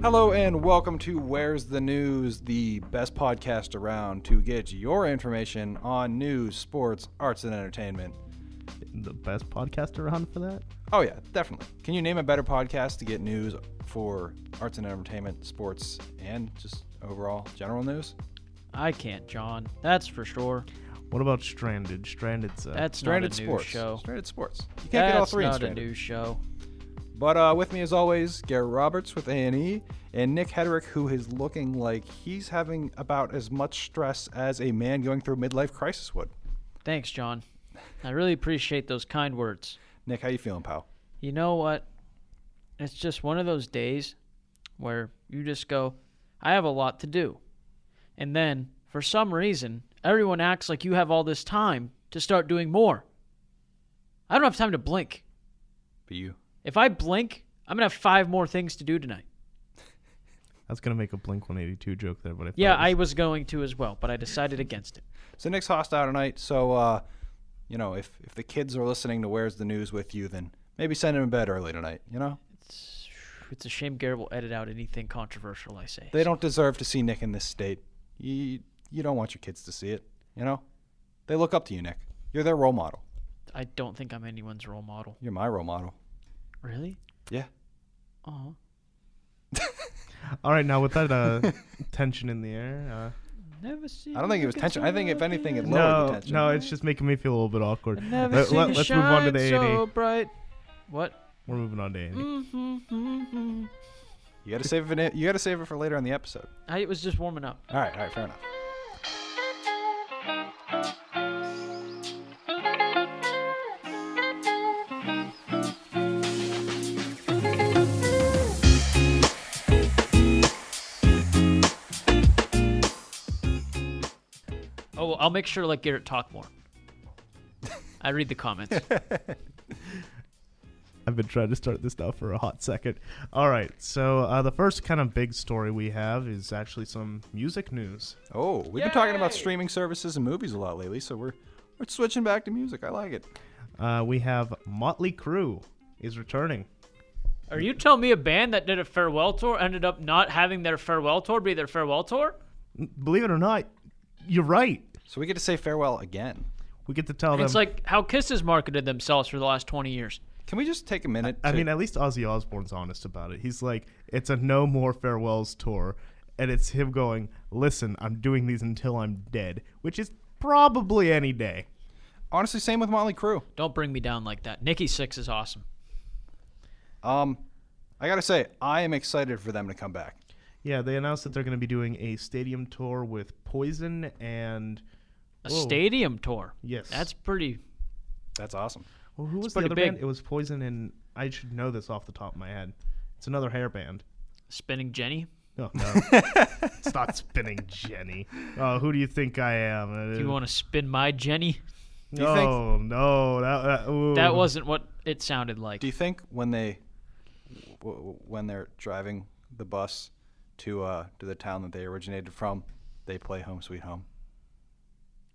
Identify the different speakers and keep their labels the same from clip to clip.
Speaker 1: Hello and welcome to Where's the News, the best podcast around to get your information on news, sports, arts, and entertainment.
Speaker 2: The best podcast around for that?
Speaker 1: Oh, yeah, definitely. Can you name a better podcast to get news for arts and entertainment, sports, and just overall general news?
Speaker 3: I can't, John. That's for sure.
Speaker 2: What about Stranded? Stranded's uh,
Speaker 3: That's
Speaker 1: Stranded
Speaker 3: not a
Speaker 1: Sports.
Speaker 3: news show.
Speaker 1: Stranded Sports. You can't
Speaker 3: That's
Speaker 1: get all three in
Speaker 3: not
Speaker 1: Stranded.
Speaker 3: a news show.
Speaker 1: But uh, with me, as always, Garrett Roberts with A&E, and Nick Hedrick, who is looking like he's having about as much stress as a man going through midlife crisis would.
Speaker 3: Thanks, John. I really appreciate those kind words.
Speaker 1: Nick, how you feeling, pal?
Speaker 3: You know what? It's just one of those days where you just go, I have a lot to do. And then, for some reason, everyone acts like you have all this time to start doing more. I don't have time to blink.
Speaker 1: But you?
Speaker 3: If I blink, I'm going to have five more things to do tonight.
Speaker 2: I was gonna make a Blink 182 joke there, but I thought
Speaker 3: Yeah, I
Speaker 2: it was-
Speaker 3: was going to as well, but I decided against it.
Speaker 1: So Nick's hostile tonight. So, uh, you know, if, if the kids are listening to Where's the News with you, then maybe send them to bed early tonight, you know?
Speaker 3: It's, it's a shame Garrett will edit out anything controversial I say.
Speaker 1: They don't deserve to see Nick in this state. You, you don't want your kids to see it, you know? They look up to you, Nick. You're their role model.
Speaker 3: I don't think I'm anyone's role model.
Speaker 1: You're my role model.
Speaker 3: Really?
Speaker 1: Yeah.
Speaker 3: Oh,
Speaker 2: All right, now with that uh, tension in the air.
Speaker 3: never seen.
Speaker 1: I don't think it was
Speaker 3: you
Speaker 1: tension. I think, if anything, it
Speaker 2: Uh,
Speaker 1: lowered the
Speaker 2: no,
Speaker 1: tension.
Speaker 2: no, it's just making me feel a little bit awkward.
Speaker 3: I've never
Speaker 2: Let-
Speaker 3: seen
Speaker 2: let-
Speaker 3: you
Speaker 2: let's move on to
Speaker 3: shine
Speaker 2: the E.
Speaker 3: so Mm.
Speaker 2: A&E.
Speaker 3: bright. What?
Speaker 2: We're moving on to E. A&E.
Speaker 3: Mm-hmm.
Speaker 1: You gotta save it. You gotta save it for later in the episode.
Speaker 3: I was just warming up.
Speaker 1: All right, all right, fair enough.
Speaker 3: Oh, well, I'll make sure to let Garrett talk more. I read the comments.
Speaker 2: I've been trying to start this now for a hot second. All right, so uh, the first kind of big story we have is actually some music news.
Speaker 1: Oh, we've been talking about
Speaker 3: Yay!
Speaker 1: streaming services and movies a lot lately, so we're we're switching back to music. I like it.
Speaker 2: Uh, we have Motley Crue is returning.
Speaker 3: Are you telling me a band that did a farewell tour ended up not having their farewell tour be their farewell tour?
Speaker 2: Believe it or not, you're right.
Speaker 1: So we get to say farewell again.
Speaker 2: We get to tell them.
Speaker 3: It's like how Kisses marketed themselves for the last 20 years.
Speaker 1: Can we just take a minute?
Speaker 2: I
Speaker 1: to-
Speaker 2: mean, at least Ozzy Osbourne's honest about it. He's like, it's a no more farewells tour. And it's him going, listen, I'm doing these until I'm dead, which is probably any day.
Speaker 1: honestly, same with Motley Crue.
Speaker 3: Don't bring me down like that. Nikki Six is awesome.
Speaker 1: Um, I gotta say, I am excited for them to come back.
Speaker 2: Yeah, they announced that they're going to be doing a stadium tour with Poison and.
Speaker 3: A
Speaker 2: Whoa.
Speaker 3: stadium tour.
Speaker 2: Yes.
Speaker 3: That's pretty.
Speaker 1: That's awesome.
Speaker 2: Well, oh, who was the
Speaker 3: pretty
Speaker 2: other
Speaker 3: big.
Speaker 2: band? It was Poison and. I should know this off the top of my head. It's another hair band.
Speaker 3: Spinning Jenny.
Speaker 2: No, no. it's not Spinning Jenny. Oh, who do you think I am?
Speaker 3: Do you want to spin my Jenny?
Speaker 1: you
Speaker 2: no,
Speaker 1: think-
Speaker 2: no. That, that, ooh.
Speaker 3: That wasn't what it sounded like.
Speaker 1: Do you think when they w- w- when they're driving the bus to uh, to the town that they originated from, they play Home Sweet Home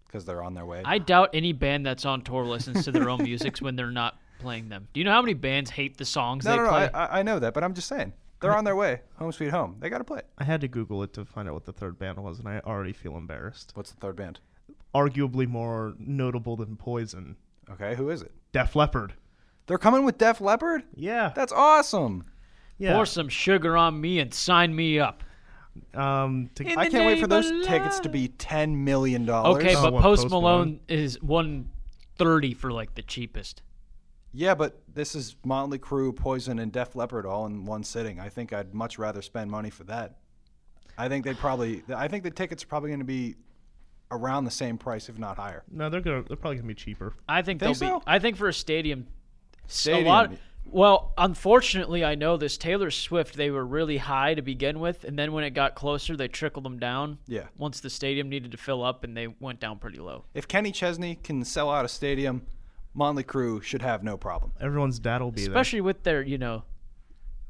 Speaker 1: because they're on their way?
Speaker 3: I doubt any band that's on tour listens to their own musics when they're not playing them. Do you know how many bands hate the songs
Speaker 1: no,
Speaker 3: they
Speaker 1: no, no.
Speaker 3: play?
Speaker 1: I, I- I know that, but I'm just saying they're on their way. Home Sweet Home. They gotta play. it.
Speaker 2: I had to Google it to find out what the third band was, and I already feel embarrassed.
Speaker 1: What's the third band?
Speaker 2: Arguably more notable than Poison,
Speaker 1: Okay, who is it?
Speaker 2: Def Leppard.
Speaker 1: They're coming with Def Leppard.
Speaker 2: Yeah,
Speaker 1: That's awesome.
Speaker 2: yeah.
Speaker 3: Pour some sugar on me and sign me up.
Speaker 2: Um, to,
Speaker 3: In
Speaker 1: I
Speaker 3: the
Speaker 1: can't wait for those
Speaker 3: neighbor
Speaker 1: tickets to be ten million dollars.
Speaker 3: Okay,
Speaker 2: Oh,
Speaker 3: but
Speaker 2: what,
Speaker 3: Post,
Speaker 2: Post
Speaker 3: Malone is one thirty for like the cheapest.
Speaker 1: Yeah, but this is Motley Crue, Poison, and Def Leppard all in one sitting. I think I'd much rather spend money for that. I think they probably. I think the tickets are probably going to be around the same price, if not higher.
Speaker 2: no, they're gonna. They're probably gonna be cheaper.
Speaker 3: I think,
Speaker 1: Think
Speaker 3: they'll
Speaker 1: so?
Speaker 3: be. I think for a stadium, s-
Speaker 1: Stadium.
Speaker 3: a lot. Well, unfortunately, I know this. Taylor Swift, they were really high to begin with, and then when it got closer, they trickled them down.
Speaker 1: Yeah.
Speaker 3: Once the stadium needed to fill up, and they went down pretty low.
Speaker 1: If Kenny Chesney can sell out a stadium, Motley Crue should have no problem.
Speaker 2: Everyone's dad will be
Speaker 3: Especially with their, you know,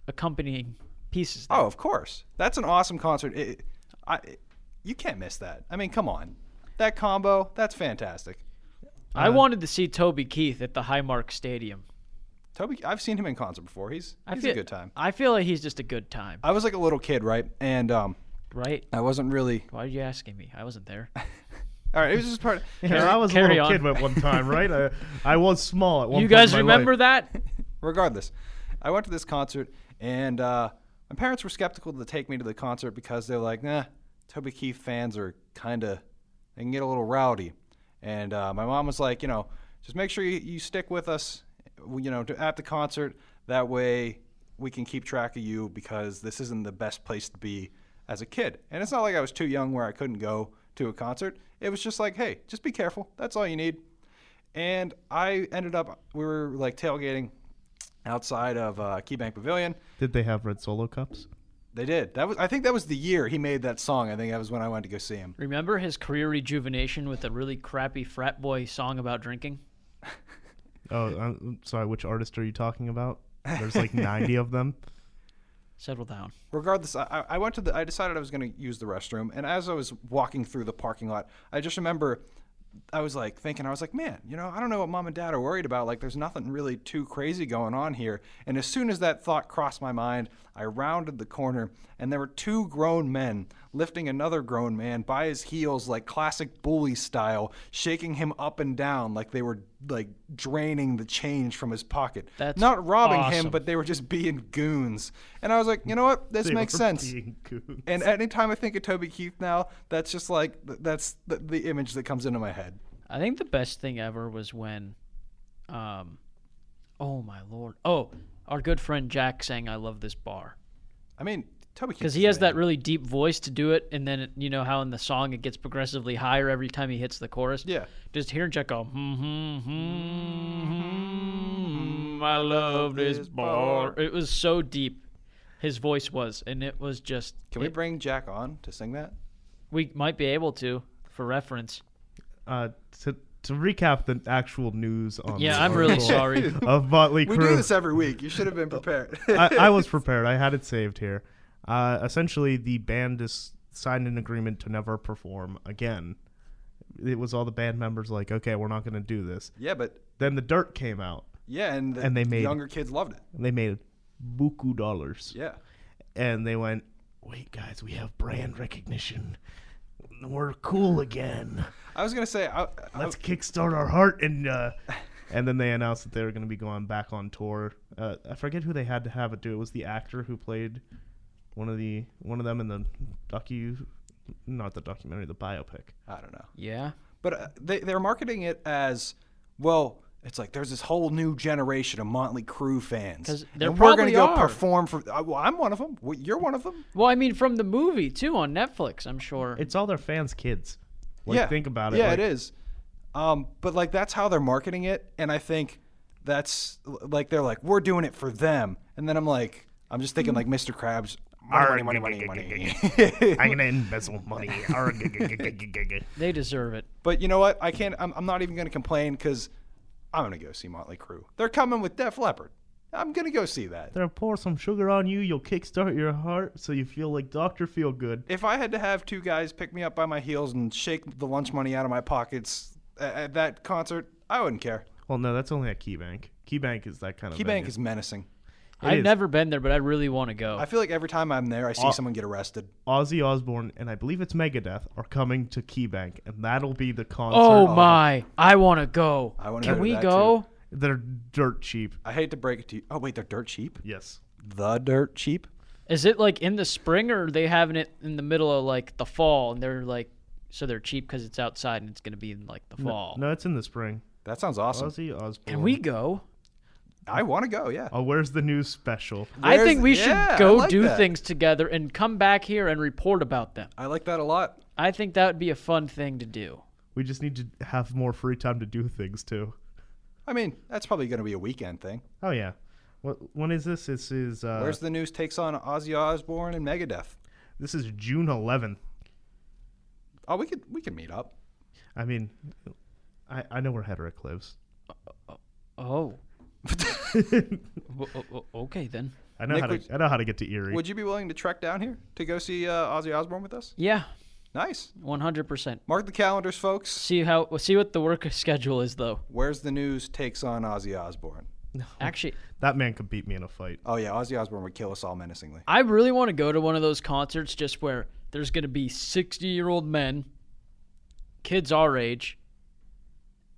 Speaker 3: accompanying pieces.
Speaker 1: Oh, of course. That's an awesome concert. It, I, you can't miss that. I mean, come on, that combo. That's fantastic.
Speaker 3: I wanted to see Toby Keith at the Highmark Stadium.
Speaker 1: Toby, I've seen him in concert before. He's
Speaker 3: I
Speaker 1: he's
Speaker 3: feel,
Speaker 1: a good time. Uh,
Speaker 3: I feel like he's just a good time,
Speaker 1: I was like a little kid, right? And um,
Speaker 3: right?
Speaker 1: I wasn't really.
Speaker 3: Why are you asking me? I wasn't there.
Speaker 1: All right, it was just part.
Speaker 2: You
Speaker 3: Carry-
Speaker 2: know, I was a
Speaker 3: carry
Speaker 2: little
Speaker 3: on.
Speaker 2: kid at one time, right? I, I was small at one.
Speaker 3: you
Speaker 2: point in
Speaker 3: guys
Speaker 2: my
Speaker 3: remember
Speaker 2: life.
Speaker 3: that?
Speaker 1: regardless, I went to this concert, and uh, my parents were skeptical to take me to the concert because they're like, nah, Toby Keith fans are kind of, they can get a little rowdy. And uh, my mom was like, you know, just make sure you, you stick with us, you know, to, at the concert. That way we can keep track of you because this isn't the best place to be as a kid. And it's not like I was too young where I couldn't go to a concert. It was just like, hey, just be careful. That's all you need. And I ended up, we were like tailgating outside of uh, KeyBank Pavilion.
Speaker 2: Did they have red solo cups?
Speaker 1: They did. That was. I think that was the year he made that song. I think that was when I went to go see him.
Speaker 3: Remember his career rejuvenation with a really crappy frat boy song about drinking?
Speaker 2: Oh, I'm sorry. Which artist are you talking about? There's like 90 of them.
Speaker 3: Settle down.
Speaker 1: Regardless, I- I, I went to the. I decided I was going to use the restroom, and as I was walking through the parking lot, I just remember, I was like thinking, I was like, man, you know, I don't know what mom and dad are worried about. Like, there's nothing really too crazy going on here. And as soon as that thought crossed my mind, I rounded the corner, and there were two grown men lifting another grown man by his heels, like classic bully style, shaking him up and down, like they were like draining the change from his pocket.
Speaker 3: That's
Speaker 1: not robbing him,
Speaker 3: awesome.
Speaker 1: but they were just being goons. And I was like, you know what? This
Speaker 2: They
Speaker 1: makes
Speaker 2: were
Speaker 1: sense.
Speaker 2: being goons.
Speaker 1: And anytime I think of Toby Keith now, that's just like th- that's the, the image that comes into my head.
Speaker 3: I think the best thing ever was when, um, oh my lord, oh, our good friend Jack sang "I Love This Bar"
Speaker 1: I mean, Toby Keith.
Speaker 3: because he has that really deep voice to do it, and then it- you know how in the song it gets progressively higher every time he hits the chorus.
Speaker 1: Yeah.
Speaker 3: just hearing Jack go, hmm, hmm, hmm, hmm, I love this bar. It was so deep, his voice was, and it was just.
Speaker 1: Can we
Speaker 3: it-
Speaker 1: bring Jack on to sing that?
Speaker 3: we might be able to for reference.
Speaker 2: Uh, to to recap the actual news on.
Speaker 3: Yeah,
Speaker 2: the
Speaker 3: I'm really
Speaker 2: article
Speaker 3: sorry.
Speaker 2: Of Motley
Speaker 1: We
Speaker 2: Crue.
Speaker 1: do this every week. You should have been prepared.
Speaker 2: I, I was prepared. I had it saved here. Uh, essentially, the band is signed an agreement to never perform again. It was all the band members like, okay, we're not going to do this.
Speaker 1: yeah, but
Speaker 2: Then the dirt came out.
Speaker 1: yeah, and the
Speaker 2: And they made-
Speaker 1: younger kids loved it.
Speaker 2: And they made buku dollars.
Speaker 1: Yeah,
Speaker 2: And they went, wait, guys, we have brand recognition. We're cool again.
Speaker 1: I was gonna say, I, I-
Speaker 2: Let's kickstart our heart and. Uh, and then they announced that they were going to be going back on tour. Uh, I forget who they had to have it do. It was the actor who played one of the one of them in the docu, not the documentary, the biopic.
Speaker 1: I don't know.
Speaker 3: Yeah.
Speaker 1: But uh, they, they're marketing it as well. It's like there's this whole new generation of Motley Crue fans,
Speaker 3: 'Cause
Speaker 1: and
Speaker 3: there
Speaker 1: we're gonna
Speaker 3: probably
Speaker 1: go
Speaker 3: are.
Speaker 1: perform for. Uh, well, I'm one of them. You're one of them.
Speaker 3: Well, I mean, from the movie too on Netflix, I'm sure.
Speaker 2: It's all their fans' kids. Like, think about it.
Speaker 1: Yeah,
Speaker 2: like,
Speaker 1: it is. Um, but like that's how they're marketing it, and I think that's like they're like we're doing it for them, and then I'm like I'm just thinking
Speaker 3: Mm.
Speaker 1: like Mr. Krabs, money, money, money, money, money.
Speaker 2: I'm gonna embezzle money. Arr, g- g- g- g- g- g-
Speaker 3: they deserve it.
Speaker 1: but you know what? I can't. I'm, I'm not even gonna complain because I'm gonna go see Motley Crue. They're coming with Def Leppard. I'm gonna go see that.
Speaker 2: They'll pour some sugar on you. You'll kickstart your heart so you feel like Doctor Feel Good.
Speaker 1: If I had to have two guys pick me up by my heels and shake the lunch money out of my pockets at, at that concert, I wouldn't care.
Speaker 2: Well, no, that's only at KeyBank. KeyBank is that kind of.
Speaker 1: KeyBank is menacing.
Speaker 3: I've
Speaker 2: is.
Speaker 3: never been there, but I really want to go.
Speaker 1: I feel like every time I'm there, I see someone get arrested.
Speaker 2: Ozzy Osbourne and I believe it's Megadeth are coming to KeyBank, and that'll be the concert.
Speaker 3: oh my! I want to go.
Speaker 1: I wanna
Speaker 3: Can
Speaker 1: go to
Speaker 3: we
Speaker 1: that,
Speaker 3: go?
Speaker 2: They're dirt cheap.
Speaker 1: I hate to break it to you. Oh wait, they're dirt cheap.
Speaker 2: Yes.
Speaker 1: The dirt cheap.
Speaker 3: Is it like in the spring, or are they having it in the middle of like the fall? And they're like, so they're cheap because it's outside and it's gonna be in like the fall.
Speaker 2: No, it's in the spring.
Speaker 1: That sounds awesome.
Speaker 2: Ozzy Osbourne.
Speaker 3: Can we go?
Speaker 1: I want to go. Yeah.
Speaker 2: Oh, where's the news special?
Speaker 3: I
Speaker 1: Where's-
Speaker 3: think we should
Speaker 1: yeah, I
Speaker 3: go
Speaker 1: like
Speaker 3: do
Speaker 1: that.
Speaker 3: things together and come back here and report about them.
Speaker 1: I like that a lot.
Speaker 3: I think that would be a fun thing to do.
Speaker 2: We just need to have more free time to do things too.
Speaker 1: I mean, that's probably going to be a weekend thing.
Speaker 2: Oh yeah. What when is this? This is uh,
Speaker 1: Where's the news takes on Ozzy Osbourne and Megadeth?
Speaker 2: this is June 11th.
Speaker 1: Oh, we could we could meet up.
Speaker 2: I mean, I, I know where Hedrick lives.
Speaker 3: Oh. W- o- o- okay then.
Speaker 2: I know
Speaker 1: Nick,
Speaker 2: how to
Speaker 1: would-
Speaker 2: I know how to get to Erie.
Speaker 1: Would you be willing to trek down here to go see uh, Ozzy Osbourne with us?
Speaker 3: Yeah,
Speaker 1: Nice.
Speaker 3: one hundred percent.
Speaker 1: Mark the calendars, folks.
Speaker 3: See how see what the work schedule is though.
Speaker 1: Where's the news takes on Ozzy Osbourne?
Speaker 3: Actually,
Speaker 2: That man could beat me in a fight.
Speaker 1: Oh yeah, Ozzy Osbourne would kill us all menacingly.
Speaker 3: I really want to go to one of those concerts just where there's going to be 60 year old men, kids our age,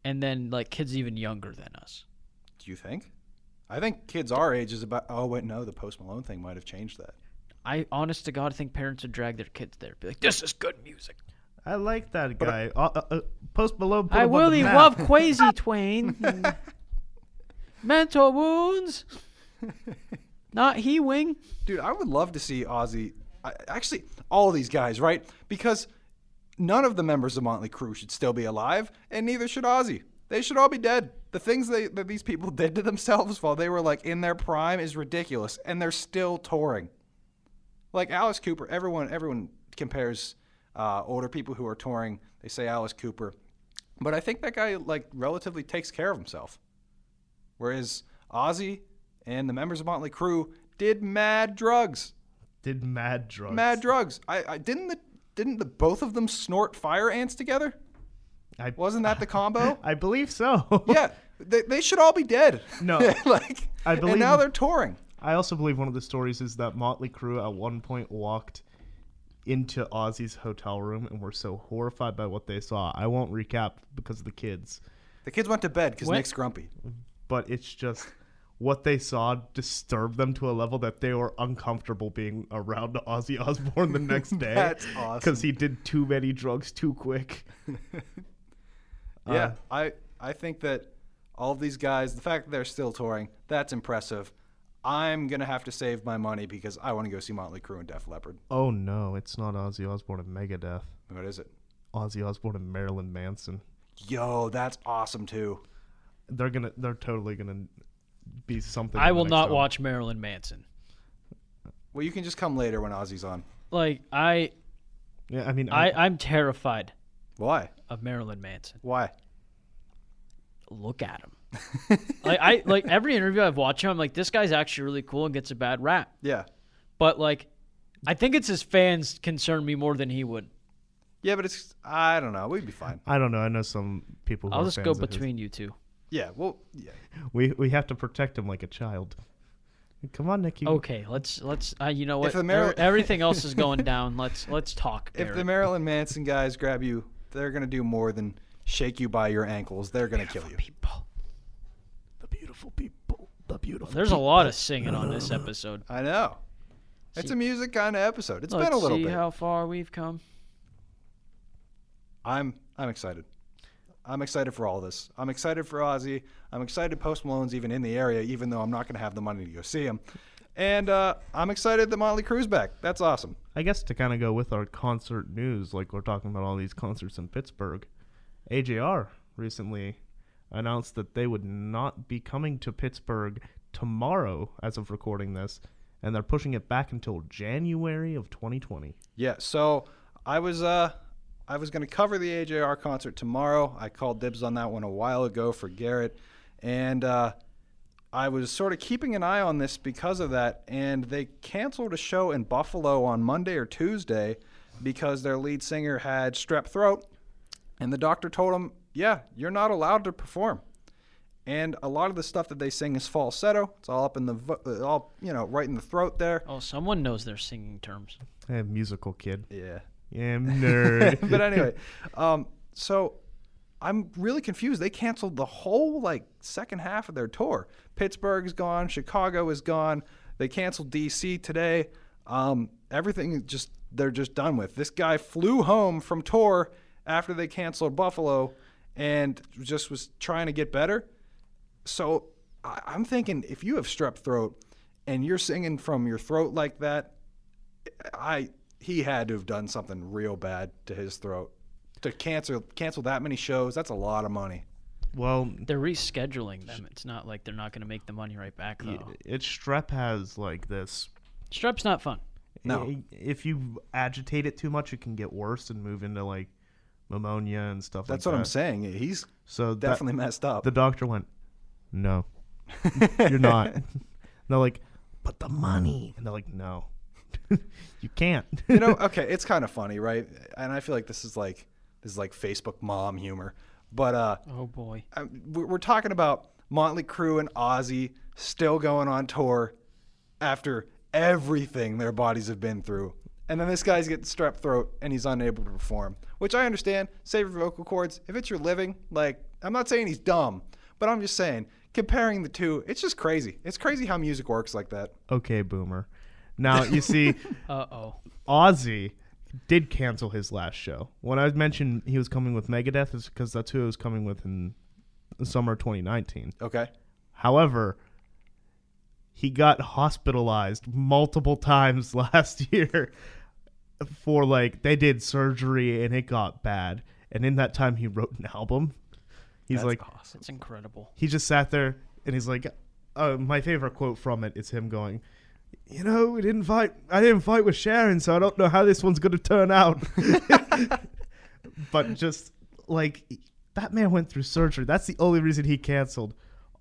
Speaker 3: and then like kids even younger than us.
Speaker 1: Do you think? I think kids our age is about. Oh wait, no, the Post Malone thing might have changed that.
Speaker 3: I honest to God think parents would drag their kids there. Be like, this is good music.
Speaker 2: I like that guy. Uh, uh, uh, post below. put
Speaker 3: I
Speaker 2: him on the
Speaker 3: really
Speaker 2: map.
Speaker 3: love Quasi Twain. Mental wounds. Not he wing.
Speaker 1: Dude, I would love to see Ozzy. I, actually, all these guys, right? Because none of the members of Motley Crue should still be alive, and neither should Ozzy. They should all be dead. The things they, that these people did to themselves while they were like in their prime is ridiculous, and they're still touring. Like Alice Cooper, everyone everyone compares uh, older people who are touring. They say Alice Cooper, but I think that guy like relatively takes care of himself. Whereas Ozzy and the members of Motley Crue did mad drugs.
Speaker 2: Did mad drugs.
Speaker 1: Mad drugs. I, I didn't the didn't the both of them snort fire ants together?
Speaker 2: I,
Speaker 1: Wasn't that the combo?
Speaker 2: I believe so.
Speaker 1: yeah. They, they should all be dead.
Speaker 2: No.
Speaker 1: like
Speaker 2: I
Speaker 1: and
Speaker 2: believe-
Speaker 1: now they're touring.
Speaker 2: I also believe one of the stories is that Motley Crue at one point walked into Ozzy's hotel room and were so horrified by what they saw. I won't recap because of the kids,
Speaker 1: The kids went to bed because
Speaker 3: What?
Speaker 1: Nick's grumpy.
Speaker 2: but it's just what they saw disturbed them to a level that they were uncomfortable being around Ozzy Osbourne the next day.
Speaker 1: That's awesome.
Speaker 2: Because he did too many drugs too quick. Uh,
Speaker 1: Yeah, I I think that all of these guys, the fact that they're still touring, that's impressive. I'm gonna have to save my money because I want to go see Motley Crue and Def Leppard.
Speaker 2: Oh no, it's not Ozzy Osbourne and Megadeth.
Speaker 1: What is it?
Speaker 2: Ozzy Osbourne and Marilyn Manson.
Speaker 1: Yo, that's awesome too.
Speaker 2: They're gonna. They're totally gonna be something. in
Speaker 3: I
Speaker 2: the
Speaker 3: will
Speaker 2: next
Speaker 3: not
Speaker 2: album.
Speaker 3: watch Marilyn Manson.
Speaker 1: Well, you can just come later when Ozzy's on.
Speaker 3: Like I,
Speaker 2: Yeah, I mean,
Speaker 3: I, I'm terrified
Speaker 1: Why?
Speaker 3: of Marilyn Manson.
Speaker 1: Why?
Speaker 3: Look at him. like I, like every interview I've watched him, I'm like, this guy's actually really cool and gets a bad rap.
Speaker 1: Yeah.
Speaker 3: But like, I think it's his fans concern me more than he would.
Speaker 1: Yeah, but it's I don't know. We'd be fine.
Speaker 2: I don't know. I know some people. Who
Speaker 3: I'll
Speaker 2: are
Speaker 3: just go
Speaker 2: fans of his.
Speaker 3: between you two.
Speaker 1: Yeah. Well. Yeah.
Speaker 2: We we have to protect him like a child. Come on, Nick. You,
Speaker 3: Okay, let's let's. Uh, you know what?
Speaker 1: If the Mar-
Speaker 3: Ev- everything else is going down. Let's let's talk.
Speaker 1: If the
Speaker 3: Barrett.
Speaker 1: Marilyn Manson guys grab you, they're gonna do more than shake you by your ankles. They're gonna kill you.
Speaker 3: people.
Speaker 2: The beautiful people. The beautiful.
Speaker 3: There's a lot of singing on this episode.
Speaker 1: I know. It's a music kind of episode. It's
Speaker 3: Let's
Speaker 1: been a little
Speaker 3: see
Speaker 1: bit.
Speaker 3: how far we've come.
Speaker 1: I'm I'm excited. I'm excited for all this. I'm excited for Ozzy. I'm excited Post Malone's even in the area, even though I'm not gonna have the money to go see him. And uh, I'm excited that Motley Crue's back. That's awesome.
Speaker 2: I guess to kind of go with our concert news, like we're talking about all these concerts in Pittsburgh, AJR recently announced that they would not be coming to Pittsburgh tomorrow as of recording this, and they're pushing it back until January of 2020.
Speaker 1: Yeah. So I was uh I was gonna cover the AJR concert tomorrow. I called dibs on that one a while ago for Garrett, and uh, I was sort of keeping an eye on this because of that. And they canceled a show in Buffalo on Monday or Tuesday because their lead singer had strep throat, and the doctor told him, "Yeah, you're not allowed to perform." And a lot of the stuff that they sing is falsetto. It's all up in the, vo- uh, all you know, right in the throat there.
Speaker 3: Oh, someone knows their singing terms.
Speaker 2: Eh, musical kid.
Speaker 1: Yeah.
Speaker 2: Yeah, nerd.
Speaker 1: but anyway, um, so I'm really confused. They canceled the whole like second half of their tour. Pittsburgh's gone, Chicago is gone. They canceled DC today. Um, everything is just they're just done with. This guy flew home from tour after they canceled Buffalo, and just was trying to get better. So I, I'm thinking if you have strep throat and you're singing from your throat like that, I he had to have done something real bad to his throat to cancel cancel that many shows. That's a lot of money.
Speaker 2: well,
Speaker 3: They're rescheduling them. It's not like they're not going to make the money right back though.
Speaker 1: Oh.
Speaker 2: it strep has like this
Speaker 3: Strep's not fun.
Speaker 1: No.
Speaker 2: i- if you agitate it too much, it can get worse and move into like pneumonia and stuff
Speaker 1: That's
Speaker 2: like
Speaker 1: what
Speaker 2: that.
Speaker 1: I'm saying. He's
Speaker 2: So that-
Speaker 1: definitely messed up.
Speaker 2: the doctor went, "No, you're not." and they're like, "But the money," and they're like, "No, you can't."
Speaker 1: you know, okay, it's kind of funny, right? And I feel like this is like this is like Facebook mom humor. But uh
Speaker 3: Oh boy.
Speaker 1: I- we're we're talking about Motley Crue and Ozzy still going on tour after everything their bodies have been through. And then this guy's getting strep throat and he's unable to perform, which I understand. Save your vocal cords. If it's your living, like, I'm not saying he's dumb, but I'm just saying, comparing the two, it's just crazy. It's crazy how music works like that.
Speaker 2: Okay, boomer. Now you see,
Speaker 3: Uh oh.
Speaker 2: Ozzy did cancel his last show. When I mentioned he was coming with Megadeth, is because that's who he was coming with in the summer of 2019.
Speaker 1: Okay.
Speaker 2: However, he got hospitalized multiple times last year for like they did surgery and it got bad. And in that time, he wrote an album. He's
Speaker 1: That's
Speaker 2: like,
Speaker 1: awesome.
Speaker 3: That's incredible.
Speaker 2: he just sat there and he's like, uh, my favorite quote from it is him going, you know, we didn't fight. I didn't fight with Sharon, so I don't know how this one's going to turn out. but just like that man went through surgery. That's the only reason he canceled.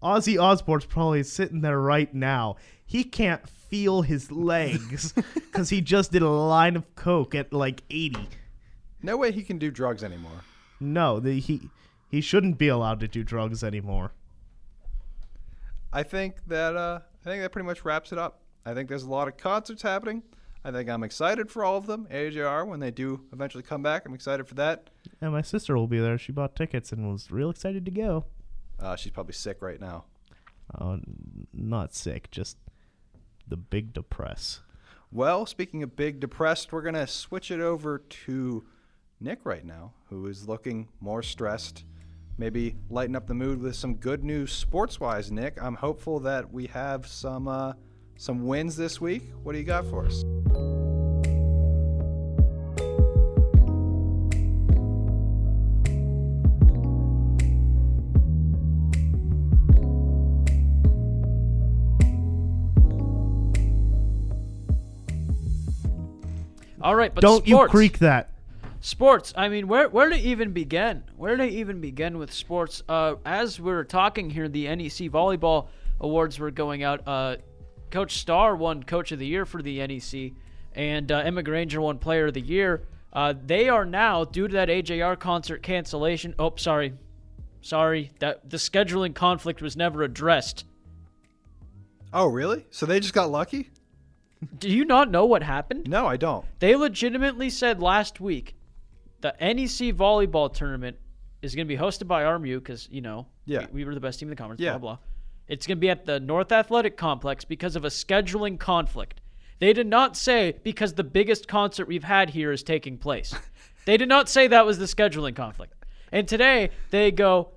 Speaker 2: Ozzy Osbourne's probably sitting there right now. He can't feel his legs because he just did a line of coke at like 80.
Speaker 1: No way he can do drugs anymore.
Speaker 2: No, the, he he shouldn't be allowed to do drugs anymore.
Speaker 1: I think that uh, I think that pretty much wraps it up. I think there's a lot of concerts happening. I think I'm excited for all of them. AJR when they do eventually come back, I'm excited for that.
Speaker 2: And my sister will be there. She bought tickets and was real excited to go.
Speaker 1: Uh, she's probably sick right now.
Speaker 2: Uh, not sick, just the big depress.
Speaker 1: Well, speaking of big depressed, we're gonna switch it over to Nick right now, who is looking more stressed. Maybe lighten up the mood with some good news sports-wise, Nick. I'm hopeful that we have some uh, some wins this week. What do you got for us?
Speaker 3: All right, but
Speaker 2: Don't you
Speaker 3: sports.
Speaker 2: creak that.
Speaker 3: sports i mean where where to even begin where to even begin with sports uh as we are talking here the nec volleyball awards were going out uh coach starr won coach of the year for the nec and uh, emma granger won player of the year uh they are now due to that ajr concert cancellation oh sorry sorry that the scheduling conflict was never addressed
Speaker 1: Oh, really? So they just got lucky?
Speaker 3: do you not know what happened
Speaker 1: No, I don't.
Speaker 3: They legitimately said last week the NEC volleyball tournament is going to be hosted by RMU because, you know,
Speaker 1: Yeah.
Speaker 3: we, we were the best team in the conference,
Speaker 1: Yeah.
Speaker 3: blah, blah. It's going to be at the North Athletic Complex because of a scheduling conflict. They did not say because the biggest concert we've had here is taking place. they did not say that was the scheduling conflict. And today they go,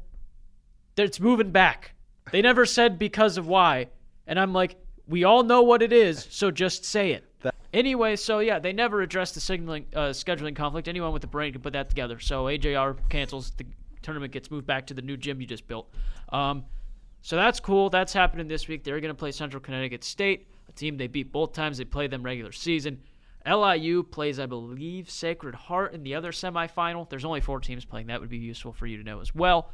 Speaker 3: it's moving back. They never said because of why. And I'm like, we all know what it is, so just say it. Anyway, so yeah, they never addressed the signaling uh, scheduling conflict. Anyone with a brain can put that together. So AJR cancels the tournament, gets moved back to the new gym you just built. Um, so that's cool. That's happening this week. They're going to play Central Connecticut State, a team they beat both times. They play them regular season. LIU plays, I believe, Sacred Heart in the other semifinal. There's only four teams playing. That would be useful for you to know as well.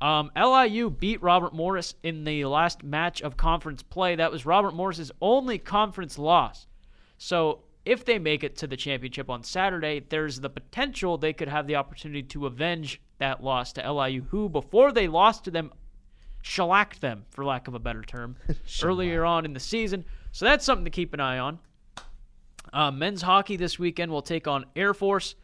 Speaker 3: Um, LIU beat Robert Morris in the last match of conference play. That was Robert Morris's only conference loss. So if they make it to the championship on Saturday, there's the potential they could have the opportunity to avenge that loss to LIU, who before they lost to them, shellacked them, for lack of a better term, earlier on in the season. So that's something to keep an eye on. Uh, men's hockey this weekend will take on Air Force.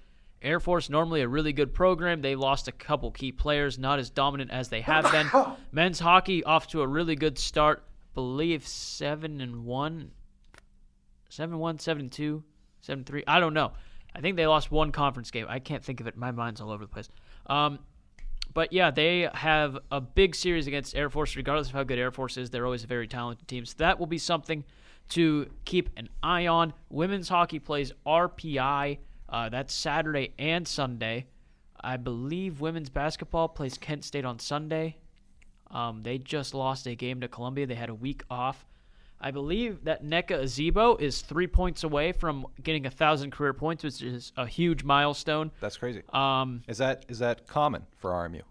Speaker 3: Air Force, normally a really good program. They lost a couple key players, not as dominant as they have been. men's hockey off to a really good start. Believe seven and one, seven one, seven two, seven three. I don't know. I think they lost one conference game. I can't think of it. My mind's all over the place. Um, but yeah, they have a big series against Air Force. Regardless of how good Air Force is, they're always a very talented team. So that will be something to keep an eye on. Women's hockey plays RPI. Uh, that's Saturday and Sunday. I believe women's basketball plays Kent State on Sunday. Um, they just lost a game to Columbia. They had a week off. I believe that NECA Azebo is three points away from getting a thousand career points, which is a huge milestone.
Speaker 1: That's crazy.
Speaker 3: Um,
Speaker 1: Is that is that common for RMU?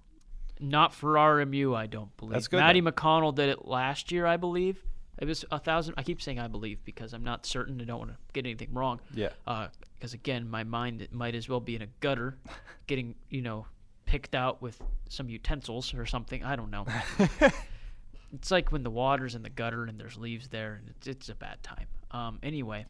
Speaker 3: Not for RMU, I don't believe.
Speaker 1: That's good,
Speaker 3: Matty
Speaker 1: though.
Speaker 3: McConnell did it last year, I believe. It was a thousand. I keep saying I believe because I'm not certain. I don't want to get anything wrong.
Speaker 1: Yeah.
Speaker 3: Because again, my mind might as well be in a gutter, getting you know picked out with some utensils or something. I don't know. it's like when the water's in the gutter and there's leaves there, and it's, it's a bad time. Um, anyway,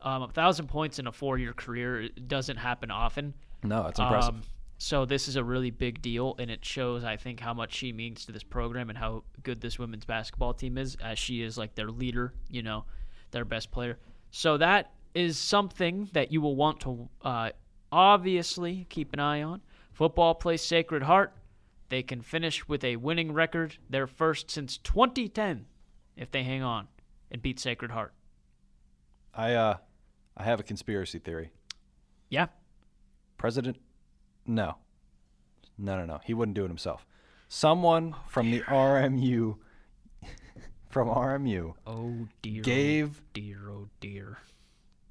Speaker 3: um, a thousand points in a four-year career it doesn't happen often.
Speaker 1: No, it's impressive.
Speaker 3: Um, so this is a really big deal, and it shows, I think, how much she means to this program and how good this women's basketball team is, as she is like their leader, you know, their best player. So that is something that you will want to uh, obviously keep an eye on. Football plays Sacred Heart. They can finish with a winning record, their first since 2010, if they hang on and beat Sacred Heart.
Speaker 1: I uh, I have a conspiracy theory.
Speaker 3: Yeah,
Speaker 1: President? No. No, no, no. He wouldn't do it himself. Someone from the RMU, from RMU,
Speaker 3: Oh dear.
Speaker 1: gave
Speaker 3: dear. Oh dear.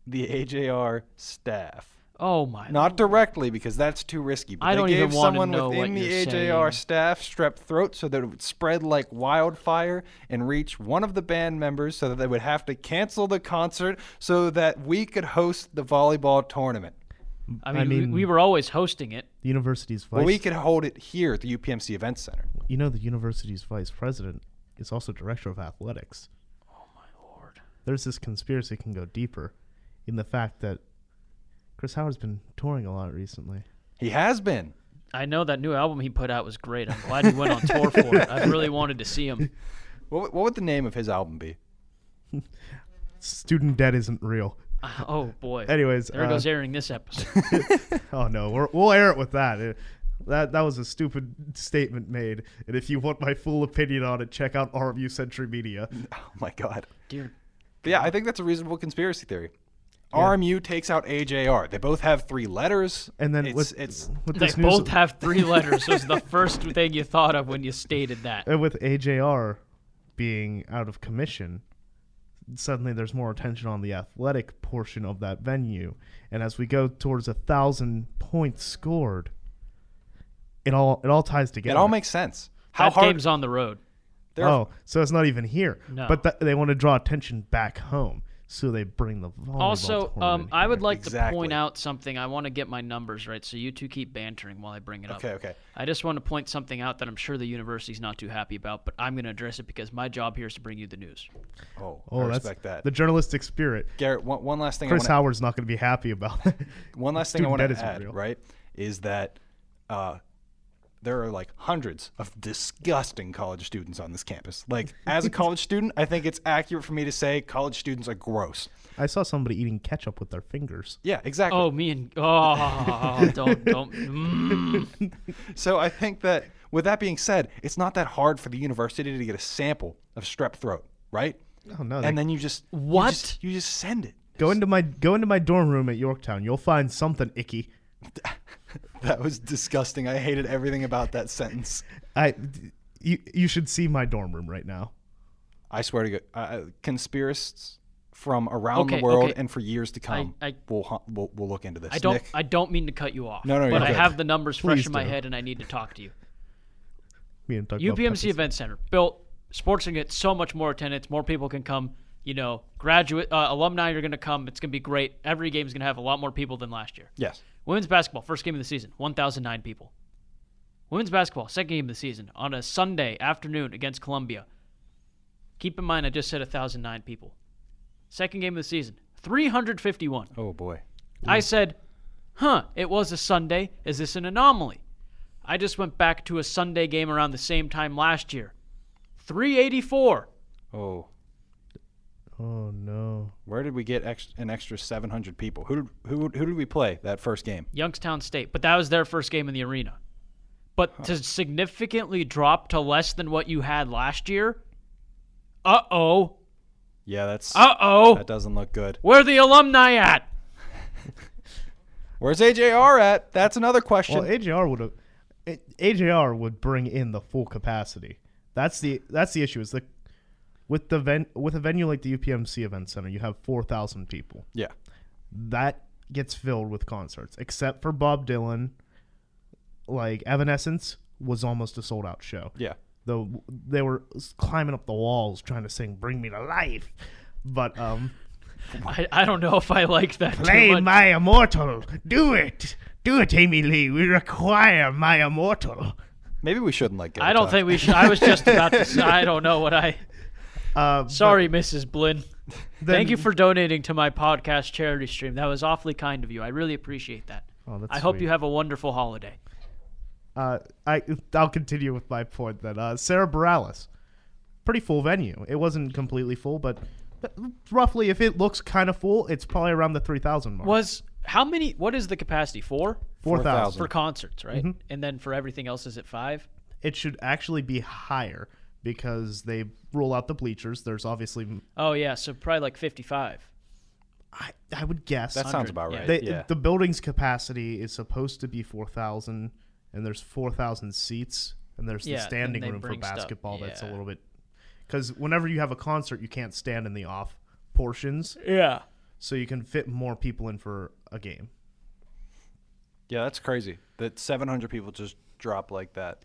Speaker 1: the AJR staff,
Speaker 3: Oh my.
Speaker 1: not directly because that's too risky, but
Speaker 3: I
Speaker 1: they
Speaker 3: don't
Speaker 1: gave
Speaker 3: even wanna
Speaker 1: someone E
Speaker 3: know
Speaker 1: within
Speaker 3: what
Speaker 1: the
Speaker 3: you're
Speaker 1: AJR
Speaker 3: saying.
Speaker 1: staff strep throat so that it would spread like wildfire and reach one of the band members so that they would have to cancel the concert so that we could host the volleyball tournament.
Speaker 3: I mean,
Speaker 2: I mean-
Speaker 3: we, we were always hosting it.
Speaker 2: The university's vice.
Speaker 1: Well, we could hold it here at the UPMC Event Center.
Speaker 2: You know, the university's vice president is also director of athletics.
Speaker 3: Lord.
Speaker 2: There's this conspiracy can go deeper, in the fact that Chris Howard's been touring a lot recently.
Speaker 1: He has been.
Speaker 3: I know that new album he put out was great. I'm glad he went on tour for it. I really wanted to see him.
Speaker 1: What, would- what would the name of his album be?
Speaker 2: Student debt isn't real.
Speaker 3: Oh boy.
Speaker 2: Anyways,
Speaker 3: there
Speaker 2: uh,
Speaker 3: goes airing this episode.
Speaker 2: Oh no, we're, we'll air it with that. It- that that was a stupid statement made. And if you want my full opinion on it, check out RMU Century Media.
Speaker 1: Oh my god.
Speaker 3: Dear.
Speaker 1: But yeah, I think that's a reasonable conspiracy theory. RMU takes out AJR. They both have three letters.
Speaker 2: And then
Speaker 1: it's,
Speaker 2: with-
Speaker 1: it's
Speaker 2: With
Speaker 3: They
Speaker 2: this news-
Speaker 3: both have three letters. Was the first thing you thought of when you stated that.
Speaker 2: and uh, with AJR being out of commission, suddenly there's more attention on the athletic portion of that venue. And as we go towards a thousand points scored, it all it all ties together.
Speaker 1: it all makes sense. How
Speaker 3: that
Speaker 1: hard
Speaker 3: game's on the road.
Speaker 1: there are-
Speaker 2: oh, so it's not even here.
Speaker 3: No.
Speaker 2: But th- they want to draw attention back home, so they bring the volleyball
Speaker 3: Also,
Speaker 2: tournament
Speaker 3: um, I
Speaker 2: here.
Speaker 3: would like to point
Speaker 1: Exactly.
Speaker 3: out something. I want to get my numbers right, so you two keep bantering while I bring
Speaker 2: Um,
Speaker 3: it up.
Speaker 1: Okay, okay.
Speaker 3: I just want to point something out that I'm sure the university's not too happy about, but I'm going to address it because my job here is to bring you the news.
Speaker 1: Oh,
Speaker 2: Oh,
Speaker 1: I
Speaker 2: that's
Speaker 1: respect that.
Speaker 2: the journalistic spirit.
Speaker 1: Garrett, one, one last thing
Speaker 2: Chris
Speaker 1: I want
Speaker 2: Howard's not going to be happy about it.
Speaker 1: to one last thing I
Speaker 2: Student
Speaker 1: want
Speaker 2: debt
Speaker 1: to
Speaker 2: isn't
Speaker 1: add,
Speaker 2: real.
Speaker 1: right? Is that uh, there are like hundreds of disgusting college students on this campus. Like as a college student, I think it's accurate for me to say college students are gross.
Speaker 2: I saw somebody eating ketchup with their fingers.
Speaker 1: Yeah, exactly.
Speaker 3: Oh, me and oh, don't don't. Mm.
Speaker 1: So I think that with that being said, it's not that hard for the university to get a sample of strep throat, right?
Speaker 2: Oh no!
Speaker 1: And
Speaker 2: they-
Speaker 1: then you just you
Speaker 3: What?
Speaker 1: just- You just, send it.
Speaker 2: go into my go into my dorm room at Yorktown. You'll find something icky.
Speaker 1: That was disgusting. I hated everything about that sentence.
Speaker 2: I, d- you, you should see my dorm room right now.
Speaker 1: I swear to God, uh, conspiracists from around
Speaker 3: Okay,
Speaker 1: the world
Speaker 3: okay.
Speaker 1: and for years to come
Speaker 3: I-
Speaker 1: will, hu- will will look into this.
Speaker 3: I don't
Speaker 1: Nick,
Speaker 3: I don't mean to cut you off.
Speaker 1: No, no,
Speaker 3: but
Speaker 1: you're
Speaker 3: I
Speaker 1: good.
Speaker 3: have the numbers fresh
Speaker 2: Please
Speaker 3: in my
Speaker 2: do.
Speaker 3: head, and I need to talk to you.
Speaker 2: Me and Doug love
Speaker 3: UPMC
Speaker 2: peppers.
Speaker 3: Event Center built sports can get so much more attendance. More people can come. You know, graduate uh, alumni are going to come. It's going to be great. Every game's going to have a lot more people than last year.
Speaker 1: yes.
Speaker 3: Women's basketball, first game of the season, 1,009 people. Women's basketball, second game of the season, on a Sunday afternoon against Columbia. Keep in mind, I just said 1,009 people. Second game of the season, 351.
Speaker 1: Oh boy.
Speaker 2: Mm.
Speaker 3: I said, huh, it was a Sunday. Is this an anomaly? I just went back to a Sunday game around the same time last year. 384.
Speaker 1: Oh,
Speaker 2: Oh no!
Speaker 1: where did we get ex- an extra 700 people? Who did, who who did we play that first game?
Speaker 3: Youngstown State, but that was their first game in the arena. But to significantly drop to less than what you had last year, uh oh,
Speaker 1: Yeah, that's
Speaker 3: uh oh,
Speaker 1: that doesn't look good.
Speaker 3: where the alumni at?
Speaker 1: Where's AJR at? That's another question.
Speaker 2: Well, AJR would have AJR would bring in the full capacity. That's the that's the issue. Is the with the ven, with a venue like the UPMC Event Center, you have four thousand people.
Speaker 1: yeah.
Speaker 2: that gets filled with concerts, except for Bob Dylan. Like Evanescence was almost a sold out show.
Speaker 1: Yeah.
Speaker 2: Though they were climbing up the walls trying to sing "Bring Me to Life," but um,
Speaker 3: I, I don't know if I like that. too
Speaker 2: play
Speaker 3: much.
Speaker 2: my immortal, do it, do it, Amy Lee. We require my immortal.
Speaker 1: Maybe we shouldn't like.
Speaker 3: I don't think we should. I was just about to say, I don't know what I.
Speaker 2: Uh, but
Speaker 3: Sorry, Mrs. Blinn.
Speaker 2: then-
Speaker 3: Thank you for donating to my podcast charity stream. That was awfully kind of you. I really appreciate that.
Speaker 2: Oh, that's
Speaker 3: I hope
Speaker 2: sweet.
Speaker 3: you have a wonderful holiday.
Speaker 2: Uh, I I'll continue with my point then. Uh, Sarah Bareilles, pretty full venue. It wasn't completely full, but, but roughly, if it looks kind of full, it's probably around the three thousand mark.
Speaker 3: Was how many? What is the capacity? Four
Speaker 2: Four Mm-hmm.
Speaker 1: 4,000.
Speaker 2: thousand.
Speaker 3: for concerts, right? And then for everything else, is it five?
Speaker 2: It should actually be higher because they roll out the bleachers. There's obviously,
Speaker 3: Oh yeah, so probably like fifty-five.
Speaker 2: I, I would guess
Speaker 1: That sounds about
Speaker 3: yeah.
Speaker 1: right.
Speaker 2: They,
Speaker 1: yeah.
Speaker 2: The building's capacity is supposed to be 4,000, and there's 4,000 seats, and there's
Speaker 3: Yeah,
Speaker 2: the
Speaker 3: then
Speaker 2: standing
Speaker 3: they
Speaker 2: room for
Speaker 3: bring stuff,
Speaker 2: basketball that's a
Speaker 3: yeah.
Speaker 2: little bit. Because whenever you have a concert, you can't stand in the off portions,
Speaker 3: Yeah.
Speaker 2: so you can fit more people in for a game.
Speaker 1: yeah, that's crazy. That 700 people just drop like that.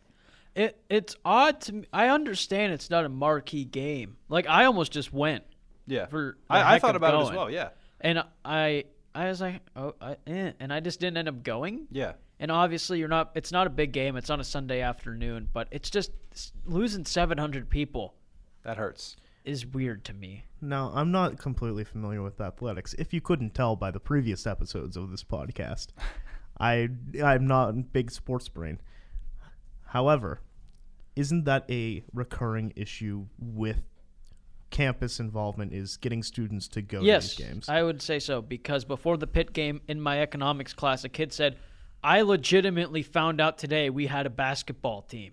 Speaker 3: It it's odd to me. I understand it's not a marquee game. Like I almost just went,
Speaker 1: Yeah.
Speaker 3: For the
Speaker 1: I, I
Speaker 3: heck
Speaker 1: thought
Speaker 3: of
Speaker 1: about it as
Speaker 3: going.
Speaker 1: well. Yeah.
Speaker 3: and I I was like, oh, I, eh, and I just didn't end up going.
Speaker 1: Yeah.
Speaker 3: And obviously, you're not. It's not a big game. It's on a Sunday afternoon, but it's just s- losing 700 people
Speaker 1: That hurts.
Speaker 3: is weird to me.
Speaker 2: Now, I'm not completely familiar with athletics. If you couldn't tell by the previous episodes of this podcast, I I'm not a big sports brain. However, isn't that a recurring issue with campus involvement is getting students to go
Speaker 3: yes,
Speaker 2: to these games?
Speaker 3: I would say so because before the pit game in my economics class, a kid said, "I legitimately found out today we had a basketball team."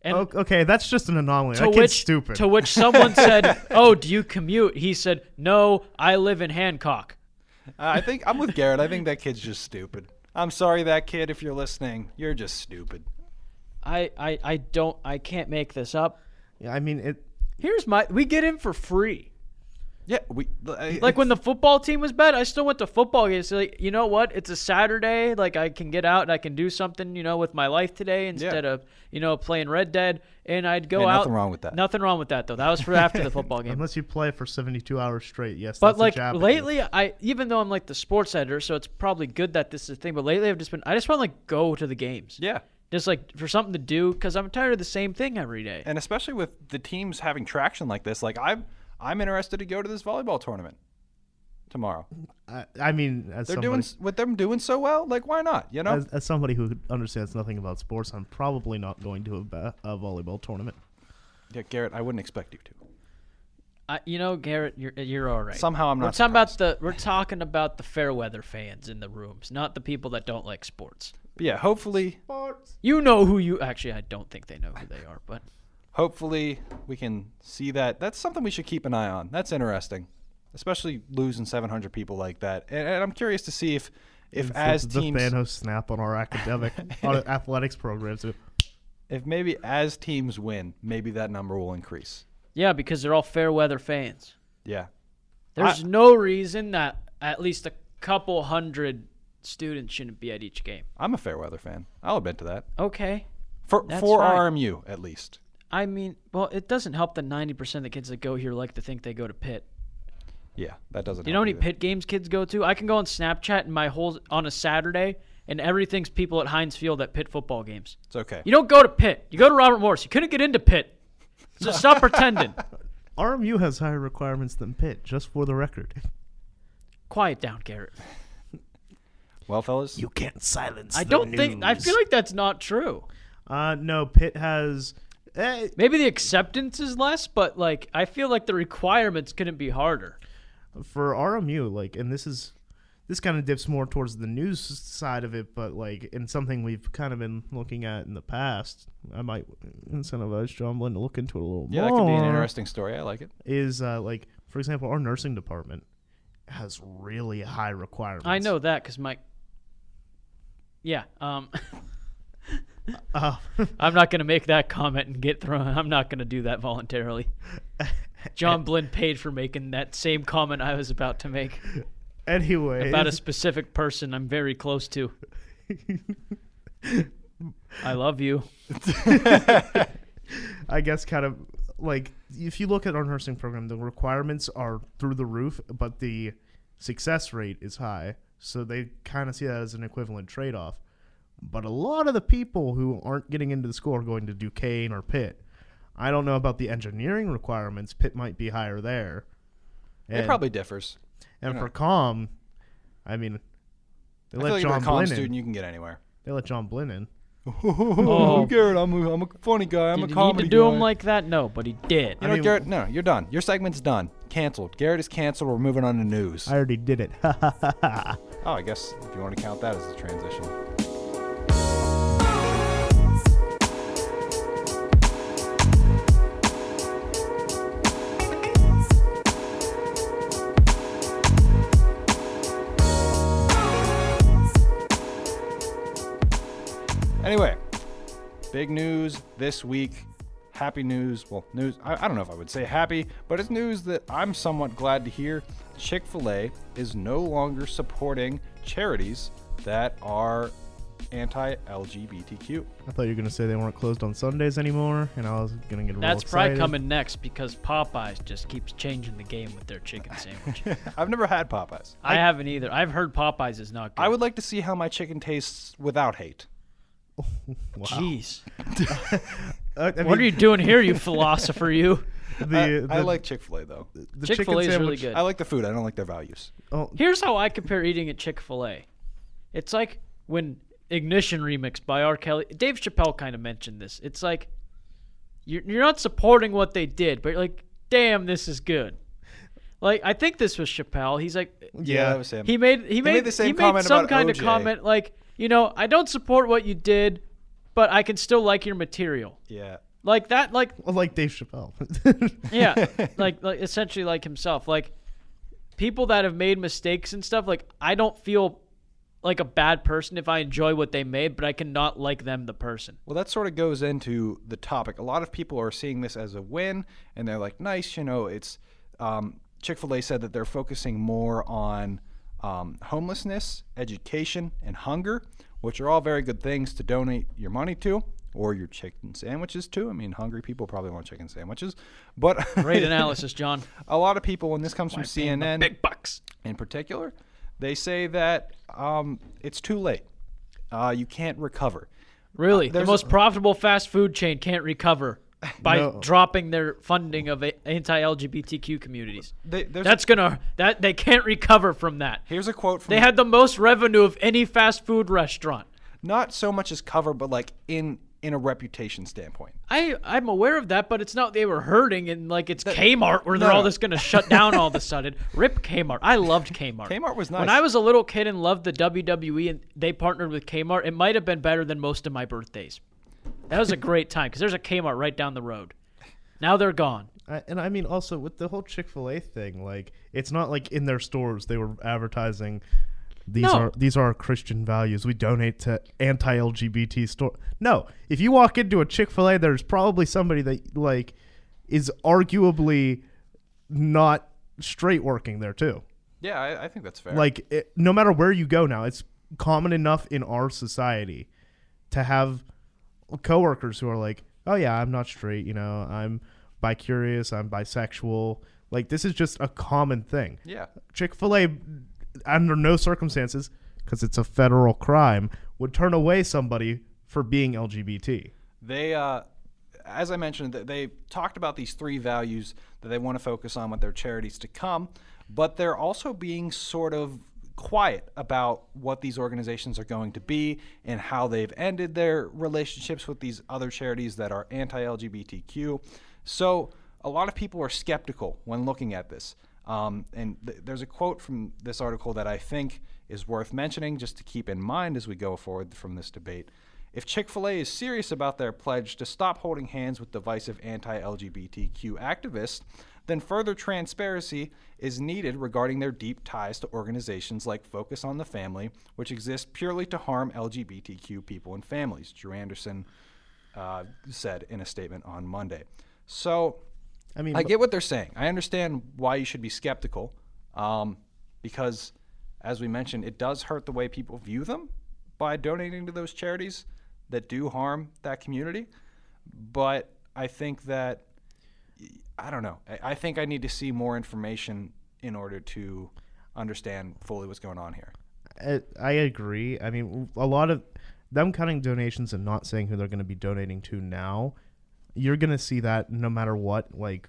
Speaker 3: And
Speaker 2: O- okay, that's just an anomaly.
Speaker 3: to
Speaker 2: that
Speaker 3: which
Speaker 2: kid's stupid.
Speaker 3: to which someone said, "Oh, do you commute?" He said, "No, I live in Hancock."
Speaker 1: Uh, I I think I'm with Garrett. I think that kid's just stupid. I'm sorry, that kid. If you're listening, you're just stupid.
Speaker 3: I I, I don't I can't make this up.
Speaker 2: I mean, it
Speaker 3: Here's my we get in for free.
Speaker 1: Yeah. We like
Speaker 3: Like when the football team was bad, I still went to football games. So, like, you know what? It's a Saturday. Like I can get out and I can do something, you know, with my life today instead of, you know, playing Red Dead. And I'd go
Speaker 1: Hey,
Speaker 3: out.
Speaker 1: nothing wrong with that.
Speaker 3: Nothing wrong with that though. That was for after the football game.
Speaker 2: unless you play for 72 hours straight, yes,
Speaker 3: But
Speaker 2: that's a
Speaker 3: like
Speaker 2: jab at you.
Speaker 3: lately, I even though I'm like the sports editor, so it's probably good that this is a thing. But lately, I've just been I just want to like go to the games.
Speaker 1: yeah.
Speaker 3: Just like for something to do because I'm tired of the same thing every day.
Speaker 1: and especially with the teams having traction like this, like I'm I'm interested to go to this volleyball tournament tomorrow.
Speaker 2: I, I mean, as
Speaker 1: They're
Speaker 2: somebody,
Speaker 1: doing s- with them doing so well, like why not? You know,
Speaker 2: as, as somebody who understands nothing about sports, I'm probably not going to a, ba- a volleyball tournament.
Speaker 1: yeah, Garrett, I wouldn't expect you to.
Speaker 3: I, you know, Garrett, you're you're all right.
Speaker 1: Somehow I'm
Speaker 3: We're
Speaker 1: not.
Speaker 3: talking
Speaker 1: surprised.
Speaker 3: about the we're talking about the fair weather fans in the rooms, not the people that don't like sports.
Speaker 1: But yeah, hopefully,
Speaker 3: You know who you actually I don't think they know who they are, but
Speaker 1: hopefully we can see that. That's something we should keep an eye on. That's interesting, especially losing 700 people like that. And, and I'm curious to see if if as
Speaker 2: the,
Speaker 1: teams
Speaker 2: the Thanos snap on our academic on our athletics programs.
Speaker 1: if maybe as teams win, maybe that number will increase.
Speaker 3: yeah, because they're all fair weather fans.
Speaker 1: Yeah,
Speaker 3: There's no reason that at least a couple hundred students shouldn't be at each game.
Speaker 1: I'm a fair weather fan. I'll admit to that.
Speaker 3: Okay.
Speaker 1: For
Speaker 3: That's
Speaker 1: for
Speaker 3: fine.
Speaker 1: RMU at least.
Speaker 3: I mean, well, it doesn't help that 90% of the kids that go here like to think they go to Pitt.
Speaker 1: Yeah, that doesn't.
Speaker 3: You know how
Speaker 1: help
Speaker 3: many
Speaker 1: either.
Speaker 3: pit games kids go to? I can go on Snapchat and my whole on a Saturday, and everything's people at Heinz Field at Pitt football games.
Speaker 1: It's okay.
Speaker 3: You don't go to Pitt. You go to Robert Morris. You couldn't get into Pitt. So stop pretending.
Speaker 2: RMU has higher requirements than Pitt, just for the record.
Speaker 3: Quiet down, Garrett.
Speaker 1: Well, fellas,
Speaker 2: You can't silence.
Speaker 3: I don't think. I feel like that's not true.
Speaker 2: Uh, no, Pitt has. Eh,
Speaker 3: Maybe the acceptance is less, but like I feel like the requirements couldn't be harder.
Speaker 2: for RMU, like, and this is this kind of dips more towards the news side of it, but like, in something we've kind of been looking at in the past, I might incentivize John Blinn to look into it a little
Speaker 1: yeah,
Speaker 2: more.
Speaker 1: that could be an interesting story. I like it.
Speaker 2: Is uh, like, for example, our nursing department has really high requirements.
Speaker 3: I know that because Mike. Yeah. Um.
Speaker 2: Uh,
Speaker 3: I'm not going to make that comment and get thrown. I'm not going to do that voluntarily. John Blinn paid for making that same comment I was about to make
Speaker 2: anyway,
Speaker 3: about a specific person I'm very close to. I love you.
Speaker 2: I guess kind of like if you look at our nursing program, the requirements are through the roof, but the success rate is high. So they kind of see that as an equivalent trade off. But a lot of the people who aren't getting into the school are going to Duquesne or Pitt. I don't know about the engineering requirements. Pitt might be higher there.
Speaker 1: It probably differs.
Speaker 2: And
Speaker 1: yeah.
Speaker 2: for com, I mean, they
Speaker 1: I feel
Speaker 2: let
Speaker 1: like if you're a
Speaker 2: John
Speaker 1: college
Speaker 2: Blinn
Speaker 1: student,
Speaker 2: in.
Speaker 1: you can get anywhere.
Speaker 2: They let John Blinn in.
Speaker 1: oh, Garrett, I'm a, I'm a funny guy. I'm
Speaker 3: Did
Speaker 1: a
Speaker 3: he need
Speaker 1: comedy
Speaker 3: to do
Speaker 1: guy.
Speaker 3: him like that? No, but he
Speaker 1: You
Speaker 3: did.
Speaker 2: I
Speaker 1: know,
Speaker 2: mean-
Speaker 1: Garrett, no, you're done. Your segment's done. Canceled. Garrett is canceled. We're moving on to news.
Speaker 2: I already did it.
Speaker 1: oh, I guess if you want to count that as a transition. Anyway, big news this week. Happy news. Well, news. I, I don't know if I would say happy, but it's news that I'm somewhat glad to hear. Chick fil A is no longer supporting charities that are anti LGBTQ.
Speaker 2: I thought you were gonna say they weren't closed on Sundays anymore, and I was gonna get real
Speaker 3: That's probably
Speaker 2: excited.
Speaker 3: coming next because Popeyes just keeps changing the game with their chicken sandwich.
Speaker 1: I've never had Popeyes.
Speaker 3: I, haven't either. I've heard Popeyes is not good.
Speaker 1: I would like to see how my chicken tastes without hate.
Speaker 2: Wow.
Speaker 3: Jeez,
Speaker 2: Uh, I
Speaker 3: what are you
Speaker 2: mean,
Speaker 3: doing here, you philosopher? You.
Speaker 2: The,
Speaker 1: I, I
Speaker 2: the-
Speaker 1: like Chick fil A, though.
Speaker 2: the
Speaker 3: Chick Fil
Speaker 2: chicken
Speaker 3: A is really
Speaker 2: sandwich-
Speaker 3: good.
Speaker 1: I like the food, I don't like their values.
Speaker 2: Oh,
Speaker 3: Here's how I compare eating at Chick Fil A. It's like when Ignition remix by R. Kelly. Dave Chappelle kind of mentioned this. It's like you're you're not supporting what they did, but you're like, damn, this is good. Like I think this was Chappelle. He's like,
Speaker 1: Yeah, that was him.
Speaker 3: he made he made,
Speaker 1: made the same
Speaker 3: he made
Speaker 1: comment
Speaker 3: some
Speaker 1: about
Speaker 3: kind of
Speaker 1: OJ.
Speaker 3: comment like, you know, I don't support what you did, but I can still like your material.
Speaker 1: yeah.
Speaker 3: Like that, like
Speaker 2: Well, like Dave Chappelle.
Speaker 3: yeah like, like essentially like himself like people that have made mistakes and stuff like i don't feel like a bad person if i enjoy what they made but i cannot like them the person
Speaker 1: Well, that sort of goes into the topic. A lot of people are seeing this as a win, and they're like, "Nice, you know." It's um, Chick Fil A said that they're focusing more on um, homelessness, education, and hunger, which are all very good things to donate your money to, or your chicken sandwiches to. I mean, hungry people probably want chicken sandwiches, but
Speaker 3: great analysis john
Speaker 1: a lot of people, and this comes from CNN
Speaker 3: big bucks
Speaker 1: in particular, they say that um, it's too late. Uh, you can't recover.
Speaker 3: really the
Speaker 1: there's
Speaker 3: most profitable fast food chain can't recover by
Speaker 2: No.
Speaker 3: dropping their funding of a- anti-lgbtq communities
Speaker 1: They, there's
Speaker 3: that's gonna that they can't recover from that
Speaker 1: here's a quote from
Speaker 3: they had the most revenue of any fast food restaurant
Speaker 1: not so much as cover, but like in in a reputation standpoint.
Speaker 3: I I'm aware of that, but it's not they were hurting and like it's Kmart where they're
Speaker 1: no,
Speaker 3: all
Speaker 1: no.
Speaker 3: just gonna shut down all of a sudden. Rip Kmart. I loved Kmart.
Speaker 1: Kmart was
Speaker 3: When
Speaker 1: nice.
Speaker 3: I was a little kid and loved the WWE and they partnered with Kmart, it might have been better than most of my birthdays. That was a great time because there's a Kmart right down the road. Now they're gone.
Speaker 2: I, and I mean, also with the whole Chick Fil A thing, like it's not like in their stores they were advertising these
Speaker 3: No.
Speaker 2: are these are our Christian values. We donate to anti-LGBT store. No, if you walk into a Chick Fil A, there's probably somebody that like is arguably not straight working there too.
Speaker 1: Yeah, I, I think that's fair.
Speaker 2: Like it, no matter where you go now, it's common enough in our society to have coworkers who are like, "Oh yeah, I'm not straight. You know, I'm bicurious. I'm bisexual." Like this is just a common thing.
Speaker 1: yeah,
Speaker 2: Chick Fil A, under no circumstances, because it's a federal crime, would turn away somebody for being LGBT.
Speaker 1: they uh, as I mentioned, th- they talked about these three values that they want to focus on with their charities to come, but they're also being sort of quiet about what these organizations are going to be and how they've ended their relationships with these other charities that are anti-LGBTQ. So a lot of people are skeptical when looking at this. Um, and th- there's a quote from this article that I think is worth mentioning just to keep in mind as we go forward from this debate. If Chick fil A is serious about their pledge to stop holding hands with divisive anti LGBTQ activists, then further transparency is needed regarding their deep ties to organizations like Focus on the Family, which exist purely to harm LGBTQ people and families, Drew Anderson uh, said in a statement on Monday. So,
Speaker 2: I mean,
Speaker 1: I get what they're saying. I understand why you should be skeptical, um, because, as we mentioned, it does hurt the way people view them by donating to those charities that do harm that community. But I think that I don't know. I, I think I need to see more information in order to understand fully what's going on here.
Speaker 2: I, I agree. I mean, a lot of them cutting donations and not saying who they're going to be donating to now, you're going to see that no matter what, like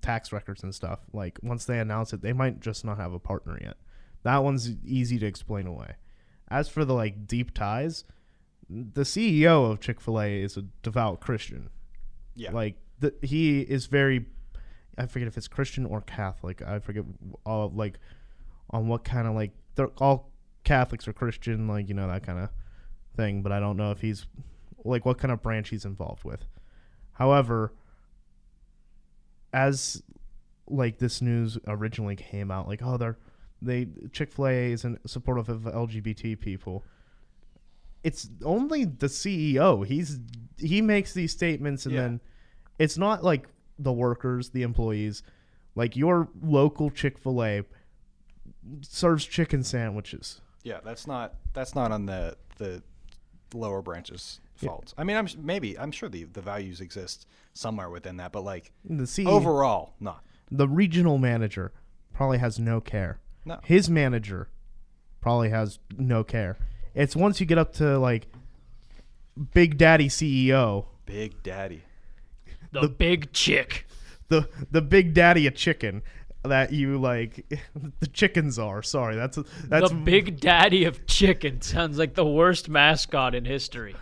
Speaker 2: tax records and stuff. Like once they announce it, they might just not have a partner yet. That one's easy to explain away. As for the like deep ties, the CEO of Chick Fil A is a devout Christian.
Speaker 1: Yeah.
Speaker 2: Like the, he is very, I forget if it's Christian or Catholic. I forget all like on what kind of like they're all Catholics or Christian, like you know that kind of thing. But I don't know if he's like what kind of branch he's involved with. However, as like this news originally came out, like oh they're they Chick Fil A is in supportive of LGBT people. It's only the CEO. He's he makes these statements, and
Speaker 1: Yeah.
Speaker 2: then it's not like the workers, the employees, like your local Chick Fil A serves chicken sandwiches.
Speaker 1: Yeah, that's not that's not on the the lower branches fault. I mean, I'm s- maybe I'm sure the the values exist somewhere within that, but like
Speaker 2: The CEO,
Speaker 1: overall, not.
Speaker 2: the regional manager, probably has no care.
Speaker 1: No.
Speaker 2: His manager probably has no care. It's once you get up to like Big Daddy E CEO,
Speaker 1: Big Daddy.
Speaker 3: The, big chick.
Speaker 2: the the Big Daddy of chicken that you like the chickens are. Sorry, that's that's
Speaker 3: the big daddy of chicken sounds like the worst mascot in history.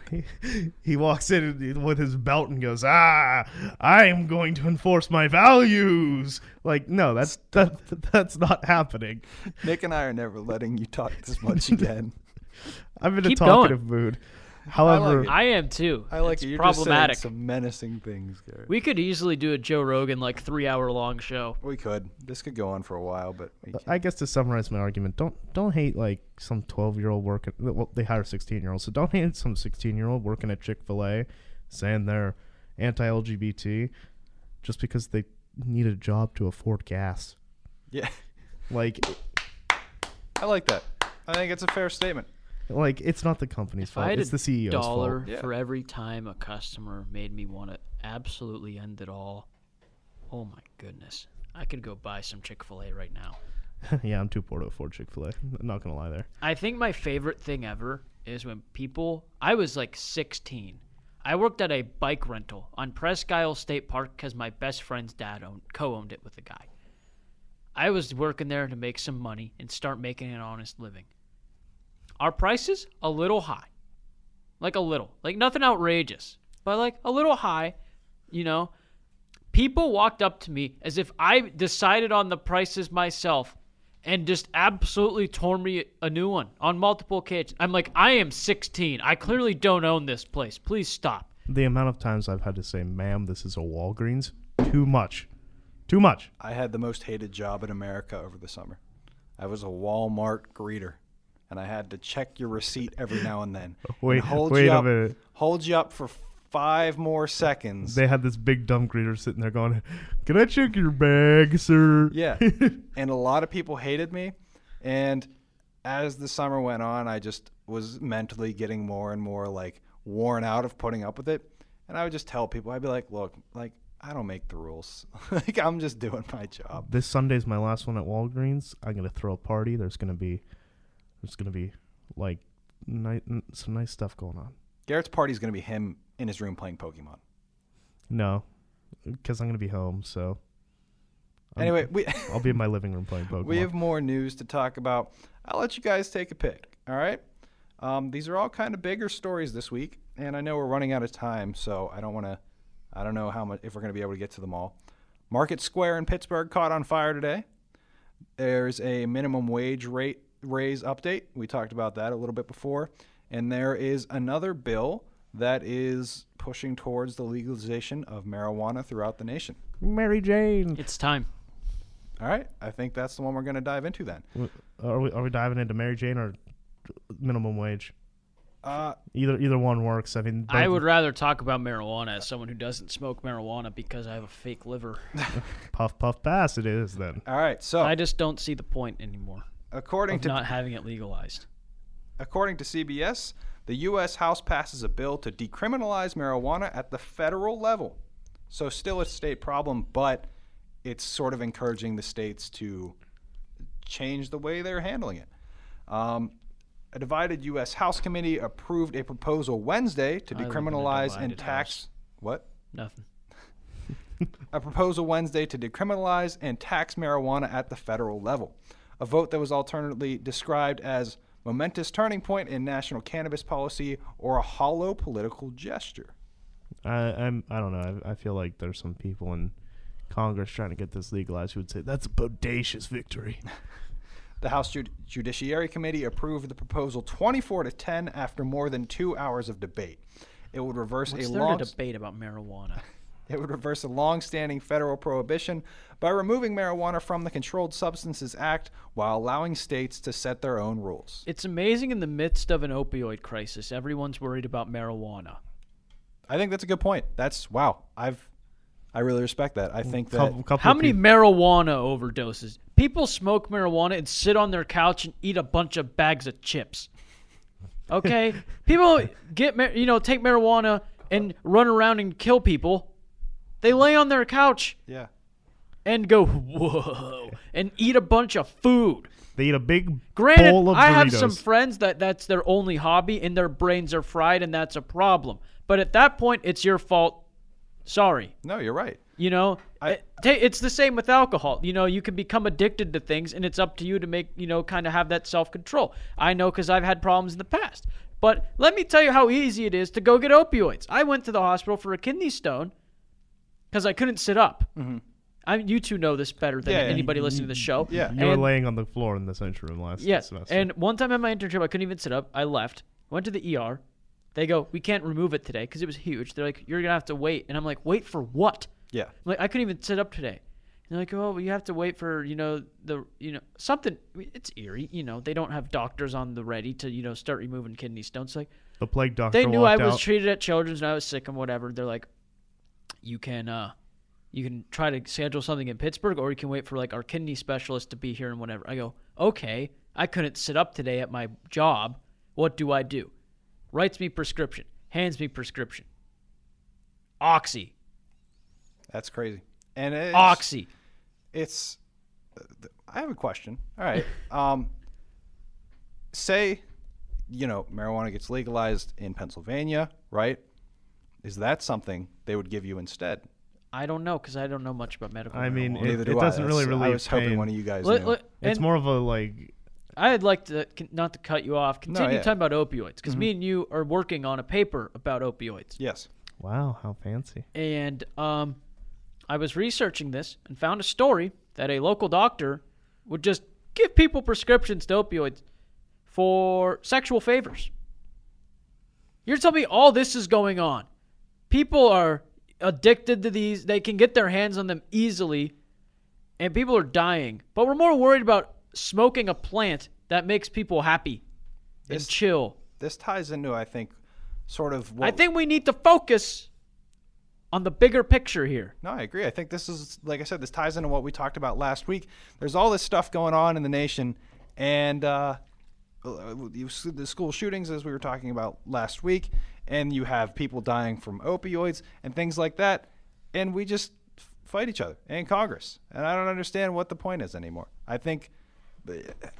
Speaker 2: he walks in with his belt and goes, "Ah, I am going to enforce my values." Like, no, that's that, that's not happening.
Speaker 1: Nick and I are never letting you talk this much again.
Speaker 2: I'm in a
Speaker 3: Keep
Speaker 2: talkative mood. However,
Speaker 3: I am too.
Speaker 1: I like
Speaker 3: it's
Speaker 1: it. You're
Speaker 3: problematic.
Speaker 1: just saying some menacing things, Gary. We,
Speaker 3: we could easily do a Joe Rogan like three hour long show.
Speaker 1: could. This could go on for a while, but we can't.
Speaker 2: I guess to summarize my argument, don't don't hate like some 12 year old working. Well, they hire 16 year olds, so don't hate some 16 year old working at Chick Fil A, saying they're anti LGBT, just because they need a job to afford gas.
Speaker 1: yeah,
Speaker 2: Like,
Speaker 1: I like that. I think it's a fair statement.
Speaker 2: like it's not the company's
Speaker 3: If I
Speaker 2: fault.
Speaker 3: had
Speaker 2: It's
Speaker 3: a
Speaker 2: the CEO's
Speaker 3: dollar
Speaker 2: fault.
Speaker 1: Yeah.
Speaker 3: for every time a customer made me want to absolutely end it all. Oh my goodness. I could go buy some Chick fil A right now.
Speaker 2: yeah, I'm too poor to afford Chick Fil A. Not gonna lie there.
Speaker 3: I think my favorite thing ever is when people. I was like 16. I worked at a bike rental on Presque Isle State Park because my best friend's dad owned, co-owned it with a guy. I was working there to make some money and start making an honest living. Our prices a little high, like a little, like nothing outrageous, but like a little high, you know. People walked up to me as if I decided on the prices myself and just absolutely tore me a new one on multiple occasions. I'm like, I am 16. I clearly don't own this place. Please stop.
Speaker 2: The amount of times I've had to say, "Ma'am, this is a Walgreens," too much, too much.
Speaker 1: I had the most hated job in America over the summer. I was a Walmart greeter, and I had to check your receipt every now and then. and
Speaker 2: Wait-
Speaker 1: hold
Speaker 2: wait
Speaker 1: you
Speaker 2: a
Speaker 1: up,
Speaker 2: minute.
Speaker 1: Hold you up for five more seconds.
Speaker 2: They had this big dumb greeter sitting there going, "Can I check your bag, sir?"
Speaker 1: yeah, and a lot of people hated me. And as the summer went on, I just was mentally getting more and more like worn out of putting up with it. And I would just tell people, I'd be like, "Look, like I don't make the rules. like I'm just doing my job."
Speaker 2: this Sunday's my last one at Walgreens. I'm gonna throw a party. There's gonna be, there's gonna be like ni- n- some nice stuff going on.
Speaker 1: Garrett's party's gonna be him in his room playing Pokemon.
Speaker 2: No, because I'm gonna be home, so I'm-
Speaker 1: Anyway, we.
Speaker 2: I'll be in my living room playing Pokemon.
Speaker 1: We have more news to talk about. I'll let you guys take a pick. All right. Um, these are all kind of bigger stories this week, and I know we're running out of time, so I don't want to. I don't know how much if we're going to be able to get to them all. Market Square in Pittsburgh caught on fire today. There's a minimum wage rate raise update. We talked about that a little bit before, and there is another bill that is pushing towards the legalization of marijuana throughout the nation.
Speaker 2: Mary Jane.
Speaker 3: It's time.
Speaker 1: All right, I think that's the one we're going to dive into then.
Speaker 2: W- Are we are we diving into Mary Jane or minimum wage?
Speaker 1: Uh,
Speaker 2: Either either one works. I mean,
Speaker 3: I
Speaker 2: both-
Speaker 3: would rather talk about marijuana as someone who doesn't smoke marijuana because I have a fake liver.
Speaker 2: puff puff pass. It is then.
Speaker 1: all right, so
Speaker 3: I just don't see the point anymore
Speaker 1: According
Speaker 3: of
Speaker 1: to
Speaker 3: not having it legalized.
Speaker 1: according to CBS, the U.S. House passes a bill to decriminalize marijuana at the federal level. So still a state problem, but it's sort of encouraging the states to change the way they're handling it. Um, a divided U.S. House committee approved a proposal Wednesday to
Speaker 3: I live in a
Speaker 1: decriminalize and
Speaker 3: divided
Speaker 1: tax.
Speaker 3: house.
Speaker 1: What?
Speaker 3: Nothing.
Speaker 1: a proposal Wednesday to decriminalize and tax marijuana at the federal level, a vote that was alternately described as momentous turning point in national cannabis policy or a hollow political gesture.
Speaker 2: I, I'm I don't know. I, I feel like there's some people in Congress trying to get this legalized who would say that's a bodacious victory.
Speaker 1: The House Jud- Judiciary Committee approved the proposal 24 to 10 after more than 2 hours of debate. It would reverse
Speaker 3: What's
Speaker 1: a
Speaker 3: there
Speaker 1: long
Speaker 3: to debate about marijuana?
Speaker 1: It would reverse a long-standing federal prohibition by removing marijuana from the Controlled Substances Act while allowing states to set their own rules.
Speaker 3: It's amazing in the midst of an opioid crisis, everyone's worried about marijuana.
Speaker 1: I think that's a good point. That's wow. I've I really respect that. I think that
Speaker 2: Couple- couple
Speaker 3: How
Speaker 2: of
Speaker 3: many
Speaker 2: peop-
Speaker 3: marijuana overdoses? People smoke marijuana and sit on their couch and eat a bunch of bags of chips. Okay, people get mar- you know take marijuana and run around and kill people. They lay on their couch
Speaker 1: yeah.
Speaker 3: and go whoa and eat a bunch of food.
Speaker 2: They eat a big bowl
Speaker 3: Granted,
Speaker 2: of
Speaker 3: I have
Speaker 2: Doritos.
Speaker 3: some friends that that's their only hobby and their brains are fried and that's a problem. But at that point, it's your fault. Sorry.
Speaker 1: No, you're right.
Speaker 3: You know,
Speaker 1: I-
Speaker 3: It- ta- it's the same with alcohol. You know, you can become addicted to things, and it's up to you to make, you know, kind of have that self control. I know because I've had problems in the past. But let me tell you how easy it is to go get opioids. I went to the hospital for a kidney stone because I couldn't sit up. I mean, you two know this better than
Speaker 1: Mm-hmm. Yeah, yeah.
Speaker 3: anybody listening to the show.
Speaker 1: Yeah.
Speaker 2: You were
Speaker 3: And-
Speaker 2: laying on the floor in the central room last
Speaker 3: Yes.
Speaker 2: semester.
Speaker 3: And one time at my internship, I couldn't even sit up. I left, went to the ER. They go, we can't remove it today because it was huge. They're like, you're going to have to wait. And I'm like, wait for what?
Speaker 1: Yeah.
Speaker 3: I'm like, I couldn't even sit up today. And they're like, oh, well, you have to wait for, you know, the, you know, something. I mean, It's eerie. You know, they don't have doctors on the ready to, you know, start removing kidney stones. Like,
Speaker 2: the plague doctor.
Speaker 3: they knew I
Speaker 2: walked
Speaker 3: was
Speaker 2: out.
Speaker 3: treated at Children's and I was sick and whatever. They're like, you can, uh, you can try to schedule something in Pittsburgh, or you can wait for like our kidney specialist to be here and whatever. I go, okay, I couldn't sit up today at my job. What do I do? Writes me prescription, hands me prescription. Oxy,
Speaker 1: That's crazy. And it's,
Speaker 3: oxy.
Speaker 1: it's I have a question. All right. Um, say, you know, marijuana gets legalized in Pennsylvania, right? Is that something they would give you instead?
Speaker 3: I don't know because I don't know much about medical.
Speaker 2: I mean,
Speaker 3: marijuana.
Speaker 2: it,
Speaker 1: Neither
Speaker 2: it
Speaker 1: do I.
Speaker 2: doesn't really
Speaker 1: That's- I
Speaker 2: relieve
Speaker 1: was hoping
Speaker 2: pain.
Speaker 1: one of you guys.
Speaker 3: Let-
Speaker 1: knew.
Speaker 3: let-
Speaker 2: It's
Speaker 3: and
Speaker 2: more of a like.
Speaker 3: I'd like to not to cut you off. Continue
Speaker 1: yeah.
Speaker 3: talking about opioids
Speaker 2: Mm-hmm.
Speaker 3: because me and you are working on a paper about opioids.
Speaker 1: yes.
Speaker 2: Wow, how fancy.
Speaker 3: and um, I was researching this and found a story that a local doctor would just give people prescriptions to opioids for sexual favors. You're telling me all this is going on. People are addicted to these. They can get their hands on them easily, and people are dying. But we're more worried about smoking a plant that makes people happy and
Speaker 1: This-
Speaker 3: chill.
Speaker 1: This ties into, I think, sort of. What,
Speaker 3: I think we need to focus on the bigger picture here.
Speaker 1: No, I agree. I think this is, like I said, this ties into what we talked about last week. There's all this stuff going on in the nation, and uh, you see the school shootings, as we were talking about last week, and you have people dying from opioids and things like that, and we just f- fight each other in Congress. And I don't understand what the point is anymore. I think.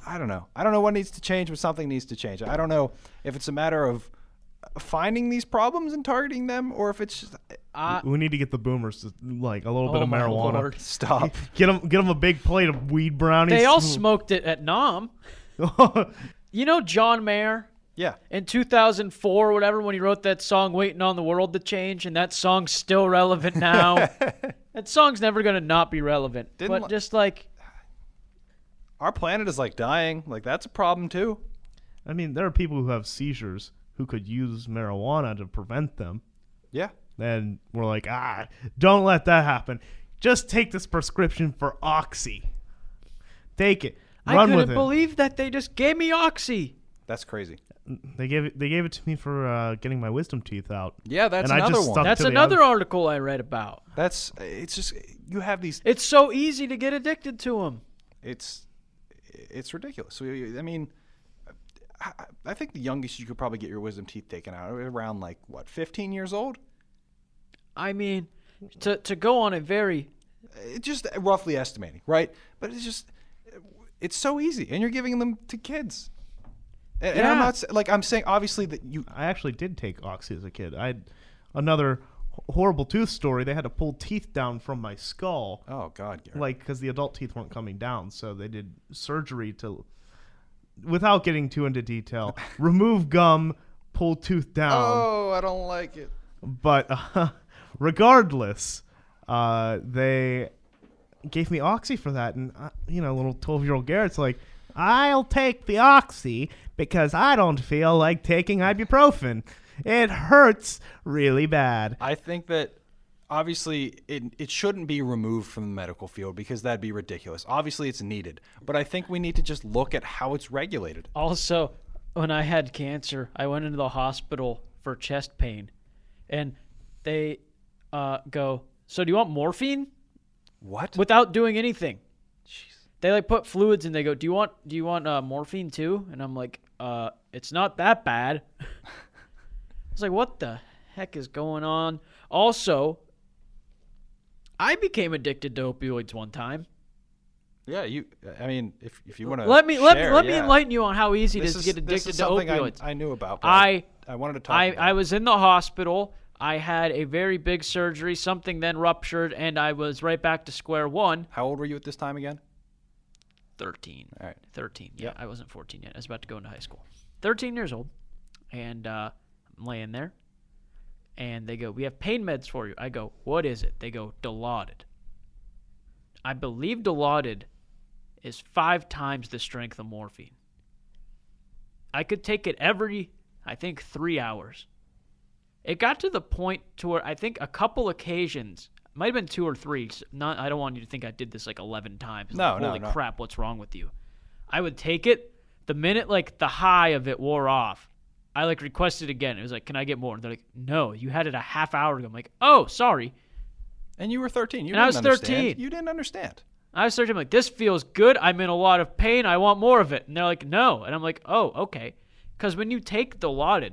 Speaker 1: I don't know. I don't know what needs to change, but something needs to change. I don't know if it's a matter of finding these problems and targeting them, or if it's just
Speaker 2: we need to get the boomers to, like a little bit
Speaker 3: Oh
Speaker 2: of
Speaker 3: my
Speaker 2: marijuana.
Speaker 3: lord.
Speaker 1: stop.
Speaker 2: Get them, get them a big plate of weed brownies.
Speaker 3: They all smoked it at Nam. You know John Mayer
Speaker 1: Yeah.
Speaker 3: in 2004 or whatever when he wrote that song Waiting on the World to Change and that song's still relevant now. that song's never going to not be relevant.
Speaker 1: Didn't
Speaker 3: but
Speaker 1: li-
Speaker 3: just like
Speaker 1: our planet is like dying. Like that's a problem too.
Speaker 2: I mean, there are people who have seizures who could use marijuana to prevent them.
Speaker 1: Yeah.
Speaker 2: Then we're like, ah, don't let that happen. Just take this prescription for oxy. Take it. Run
Speaker 3: I couldn't
Speaker 2: with it.
Speaker 3: believe that they just gave me oxy.
Speaker 1: That's crazy.
Speaker 2: they gave it. They gave it to me for uh, getting my wisdom teeth out.
Speaker 1: Yeah, that's
Speaker 2: And I
Speaker 1: another
Speaker 2: just
Speaker 1: one.
Speaker 2: stuck-
Speaker 3: That's
Speaker 2: to the
Speaker 3: another
Speaker 2: other-
Speaker 3: article I read about.
Speaker 1: that's it's just you have these
Speaker 3: It's so easy to get addicted to them.
Speaker 1: it's it's ridiculous. We- I mean I- I think the youngest you could probably get your wisdom teeth taken out around like what, 15 years old?
Speaker 3: I mean, to to go on a very
Speaker 1: It just roughly estimating, right? But it's just it's so easy and you're giving them to kids. And, and I'm
Speaker 3: Yeah.
Speaker 1: not s- like I'm saying obviously that you
Speaker 2: I actually did take Oxy as a kid. I had another h- horrible tooth story. They had to pull teeth down from my skull,
Speaker 1: Oh God, Garrett.
Speaker 2: like because the adult teeth weren't coming down. So they did surgery to, without getting too into detail, remove gum, pull tooth down.
Speaker 1: Oh, I don't like it.
Speaker 2: But uh, regardless, uh, they gave me Oxy for that, and uh, you know, little twelve-year-old Garrett's like. I'll take the oxy because I don't feel like taking ibuprofen. It hurts really bad.
Speaker 1: I think that obviously it it shouldn't be removed from the medical field because that'd be ridiculous. Obviously it's needed, but I think we need to just look at how it's regulated.
Speaker 3: Also, when I had cancer, I went into the hospital for chest pain, and they uh, go, "So do you want morphine?"
Speaker 1: What?
Speaker 3: Without doing anything. They like put fluids and they go, "Do you want do you want uh, morphine too?" And I'm like, "Uh, it's not that bad." I was like, "What the heck is going on?" Also, I became addicted to opioids one time.
Speaker 1: Yeah, you. I mean, if if you want to
Speaker 3: let me let me let me
Speaker 1: Uh, yeah.
Speaker 3: enlighten you on how easy it
Speaker 1: This
Speaker 3: is,
Speaker 1: is
Speaker 3: to get
Speaker 1: this
Speaker 3: addicted
Speaker 1: is
Speaker 3: to
Speaker 1: something I-
Speaker 3: opioids.
Speaker 1: I, knew about. but
Speaker 3: I
Speaker 1: I wanted to talk.
Speaker 3: I,
Speaker 1: about
Speaker 3: I
Speaker 1: it.
Speaker 3: was in the hospital. I had a very big surgery. Something then ruptured, and I was right back to square one.
Speaker 1: How old were you at this time again?
Speaker 3: 13.
Speaker 1: All right.
Speaker 3: 13. Yeah, I wasn't 14 yet. I was about to go into high school. 13 years old. And uh, I'm laying there. And they go, We have pain meds for you. I go, What is it? They go, Dilaudid. I believe Dilaudid is five times the strength of morphine. I could take it every, I think, three hours. It got to the point to where I think a couple occasions, might have been two or three. s- Not, I don't want you to think I did this like eleven times.
Speaker 1: No,
Speaker 3: like,
Speaker 1: no,
Speaker 3: holy
Speaker 1: no.
Speaker 3: crap, what's wrong with you? I would take it. The minute like the high of it wore off, I like requested again. It was like, can I get more? And they're like, no, you had it a half hour ago. I'm like, oh, sorry.
Speaker 1: And you were 13. You
Speaker 3: And I
Speaker 1: didn't
Speaker 3: was
Speaker 1: understand.
Speaker 3: 13.
Speaker 1: You didn't understand.
Speaker 3: I was searching, I'm like, this feels good. I'm in a lot of pain. I want more of it. And they're like, no. And I'm like, oh, okay. Because when you take the Dilaudid,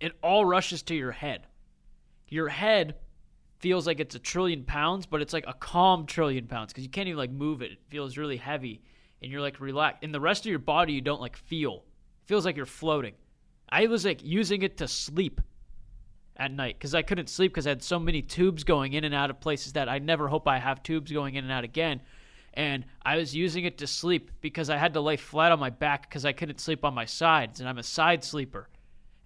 Speaker 3: it all rushes to your head. Your head feels like it's a trillion pounds, but it's like a calm trillion pounds because you can't even like move it. It feels really heavy and you're like relaxed. And the rest of your body, you don't like feel. It feels like you're floating. I was like using it to sleep at night because I couldn't sleep because I had so many tubes going in and out of places that I never hope I have tubes going in and out again. And I was using it to sleep because I had to lay flat on my back because I couldn't sleep on my sides, and I'm a side sleeper.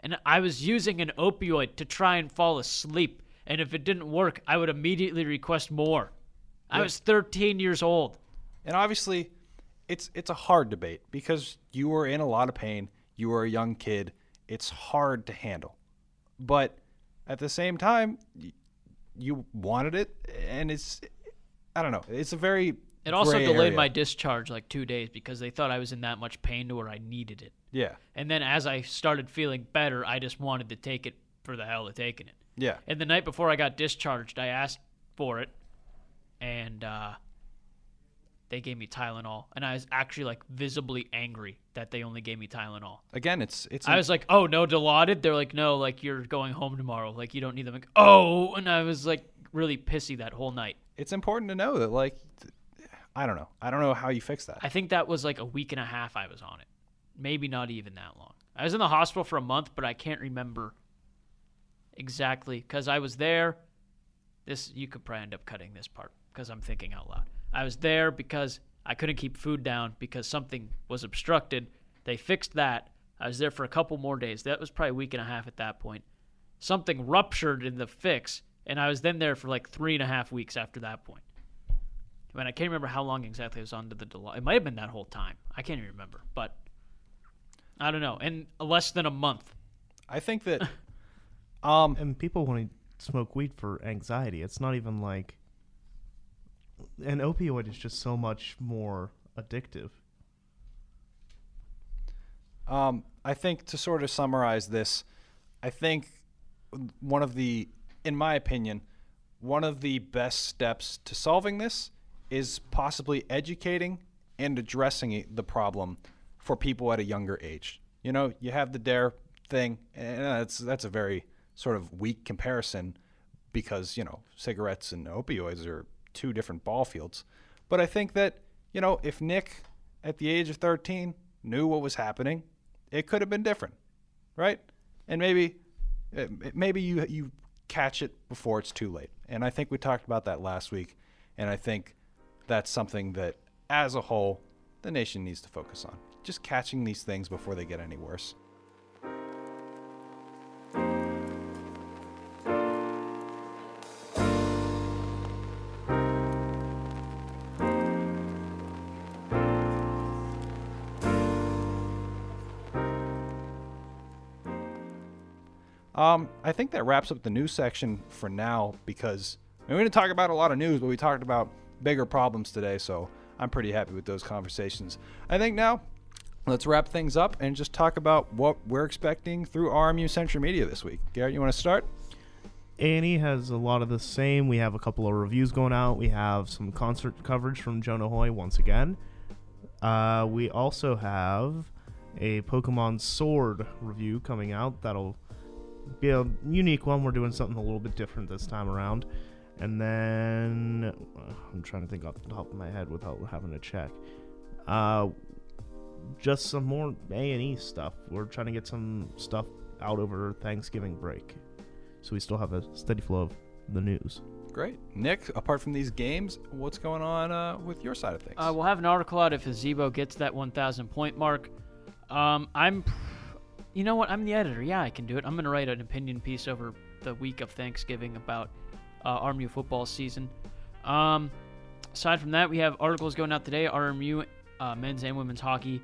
Speaker 3: And I was using an opioid to try and fall asleep. And if it didn't work, I would immediately request more. I was 13 years old.
Speaker 1: And obviously, it's it's a hard debate because you were in a lot of pain. You were a young kid. It's hard to handle, but at the same time, y- you wanted it, and it's I don't know. It's a very
Speaker 3: It also
Speaker 1: gray
Speaker 3: delayed
Speaker 1: area.
Speaker 3: my discharge like two days because they thought I was in that much pain to where I needed it.
Speaker 1: yeah
Speaker 3: And then as I started feeling better, I just wanted to take it for the hell of taking it.
Speaker 1: yeah.
Speaker 3: And the night before I got discharged, I asked for it, and uh, they gave me Tylenol. And I was actually like visibly angry that they only gave me Tylenol.
Speaker 1: Again, it's it's
Speaker 3: I was like, "Oh no, Dilaudid." They're like, "No, like you're going home tomorrow. Like you don't need them." Like, oh, and I was like really pissy that whole night.
Speaker 1: it's important to know that like th- I don't know. I don't know how you fix that.
Speaker 3: I think that was like a week and a half I was on it. Maybe not even that long. I was in the hospital for a month, but I can't remember exactly because I was there. This you could probably end up cutting this part because I'm thinking out loud. I was there because I couldn't keep food down because something was obstructed. They fixed that. I was there for a couple more days. That was probably a week and a half at that point. Something ruptured in the fix, and I was then there for like three and a half weeks after that point. I mean, I can't remember how long exactly I was on to the Delo- It might have been that whole time. I can't even remember, but I don't know. And less than a month.
Speaker 1: I think that um
Speaker 2: And people want to smoke weed for anxiety. It's not even like an opioid is just so much more addictive.
Speaker 1: Um, I think to sort of summarize this, I think one of the, in my opinion, one of the best steps to solving this is possibly educating and addressing it- the problem for people at a younger age. You know, you have the dare thing, and that's that's a very sort of weak comparison because you know cigarettes and opioids are two different ball fields. But I think that you know if Nick at the age of 13 knew what was happening, it could have been different, right? And maybe, it- it- maybe you you catch it before it's too late. And I think we talked about that last week, and I think that's something that, as a whole, the nation needs to focus on. Just catching these things before they get any worse. Um, I think that wraps up the news section for now because I mean, we didn't talk about a lot of news, but we talked about bigger problems today. So I'm pretty happy with those conversations. I think now let's wrap things up and just talk about what we're expecting through RMU Century Media this week. Garrett, you want to start?
Speaker 2: A&E has a lot of the same. We have a couple of reviews going out. We have some concert coverage from Jonah Hoy once again. Uh, we also have a Pokemon Sword review coming out. That'll be a unique one. We're doing something a little bit different this time around. And then uh, I'm trying to think off the top of my head without having to check. Uh, just some more A&E stuff. We're trying to get some stuff out over Thanksgiving break so we still have a steady flow of the news.
Speaker 1: Great. Nick, apart from these games, what's going on uh, with your side of things?
Speaker 3: Uh, we'll have an article out if Azebo gets that 1,000 point mark. Um, I'm, you know what? I'm the editor. Yeah, I can do it. I'm gonna write an opinion piece over the week of Thanksgiving about uh, RMU football season. Um, aside from that, we have articles going out today. RMU uh, men's and women's hockey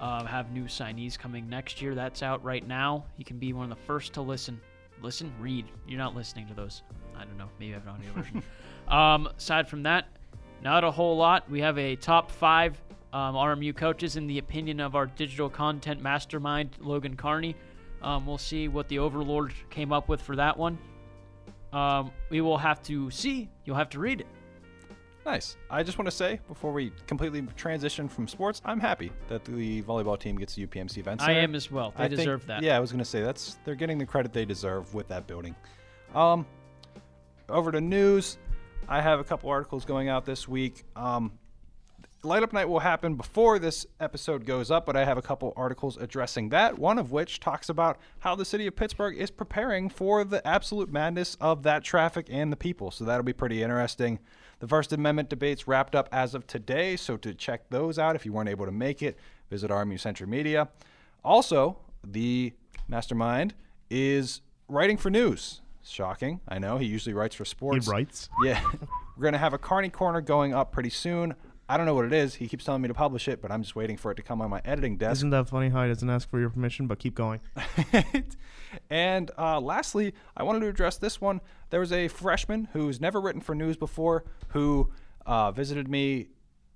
Speaker 3: uh, have new signees coming next year. That's out right now. You can be one of the first to listen. Listen, read. You're not listening to those. I don't know. Maybe I have an audio version. um, aside from that, not a whole lot. We have a top five um, RMU coaches in the opinion of our digital content mastermind, Logan Carney. Um, we'll see what the Overlord came up with for that one. Um, we will have to see. You'll have to read it.
Speaker 1: Nice. I just want to say before we completely transition from sports, I'm happy that the volleyball team gets the UPMC event.
Speaker 3: I
Speaker 1: Center.
Speaker 3: am as well. They
Speaker 1: I think-
Speaker 3: deserve that.
Speaker 1: Yeah, I was gonna say that's they're getting the credit they deserve with that building. Um, over to news. I have a couple articles going out this week. Um, Light Up Night will happen before this episode goes up, but I have a couple articles addressing that. One of which talks about how the city of Pittsburgh is preparing for the absolute madness of that traffic and the people. So that'll be pretty interesting. The First Amendment debates wrapped up as of today, so to check those out if you weren't able to make it, visit RMU Century Media. Also, the mastermind is writing for news. Shocking, I know. He usually writes for
Speaker 2: He
Speaker 1: sports.
Speaker 2: writes.
Speaker 1: Yeah. We're going to have a Carney Corner going up pretty soon. I don't know what it is. He keeps telling me to publish it, but I'm just waiting for it to come on my editing desk.
Speaker 2: Isn't that funny how he doesn't ask for your permission, but keep going.
Speaker 1: and uh, lastly, I wanted to address this one. There was a freshman who's never written for news before who uh, visited me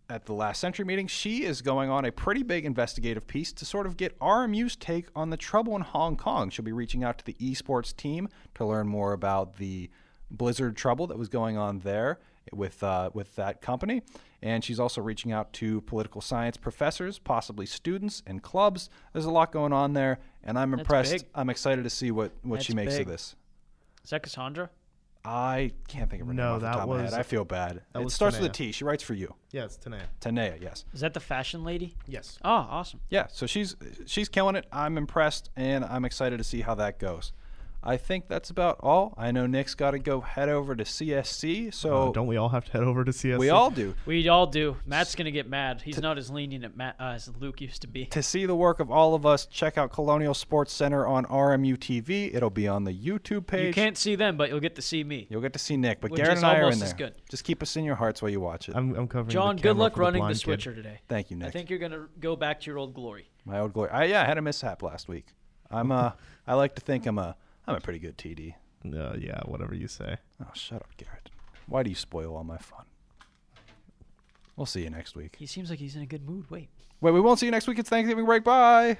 Speaker 1: at the last century meeting. She is going on a pretty big investigative piece to sort of get RMU's take on the trouble in Hong Kong. She'll be reaching out to the esports team to learn more about the Blizzard trouble that was going on there with uh, with that company, and she's also reaching out to political science professors, possibly students and clubs. There's a lot going on there, and I'm impressed.
Speaker 3: big.
Speaker 1: I'm excited to see what what she
Speaker 3: That's
Speaker 1: makes
Speaker 3: big.
Speaker 1: of this.
Speaker 3: Is that Cassandra?
Speaker 1: I can't think of her name
Speaker 2: No,
Speaker 1: off the
Speaker 2: that
Speaker 1: top of my
Speaker 2: was-
Speaker 1: head. I feel bad. It
Speaker 2: was
Speaker 1: starts with a
Speaker 2: Tanea.
Speaker 1: T. She writes for you,
Speaker 2: Yes, Tanea.
Speaker 1: Tanea. Yes.
Speaker 3: Is that the fashion lady?
Speaker 2: Yes.
Speaker 3: Oh, awesome.
Speaker 1: yeah so she's she's killing it i'm impressed and i'm excited to see how that goes i think that's about all i know nick's got to go head over to csc so
Speaker 2: Oh, Uh, don't we all have to head over to CSC?
Speaker 1: we all do
Speaker 3: Oh. We all do. Matt's gonna get mad. He's not as lenient at Matt, uh, as Luke used to be.
Speaker 1: to see the work of all of us check out colonial sports center on rmu tv it'll be on the youtube page
Speaker 3: You can't see them, but you'll get to see me.
Speaker 1: will get to see nick but
Speaker 3: Which
Speaker 1: garrett
Speaker 3: is
Speaker 1: and i are
Speaker 3: almost
Speaker 1: in there
Speaker 3: as good.
Speaker 1: just keep us in your hearts while you watch it
Speaker 2: I'm, I'm covering. the
Speaker 3: John, good
Speaker 2: camera
Speaker 3: luck
Speaker 2: for
Speaker 3: running the
Speaker 2: blind kid.
Speaker 3: switcher today.
Speaker 1: thank you nick
Speaker 3: I think you're gonna go back to your old glory.
Speaker 1: my old glory I, yeah i had a mishap last week i'm uh i like to think i'm a i'm a pretty good td
Speaker 2: Uh, yeah, whatever you say.
Speaker 1: Oh, shut up, Garrett. Why do you spoil all my fun? We'll see you next week.
Speaker 3: He seems like he's in a good mood. Wait.
Speaker 1: Wait, we won't see you next week. It's Thanksgiving break. Bye.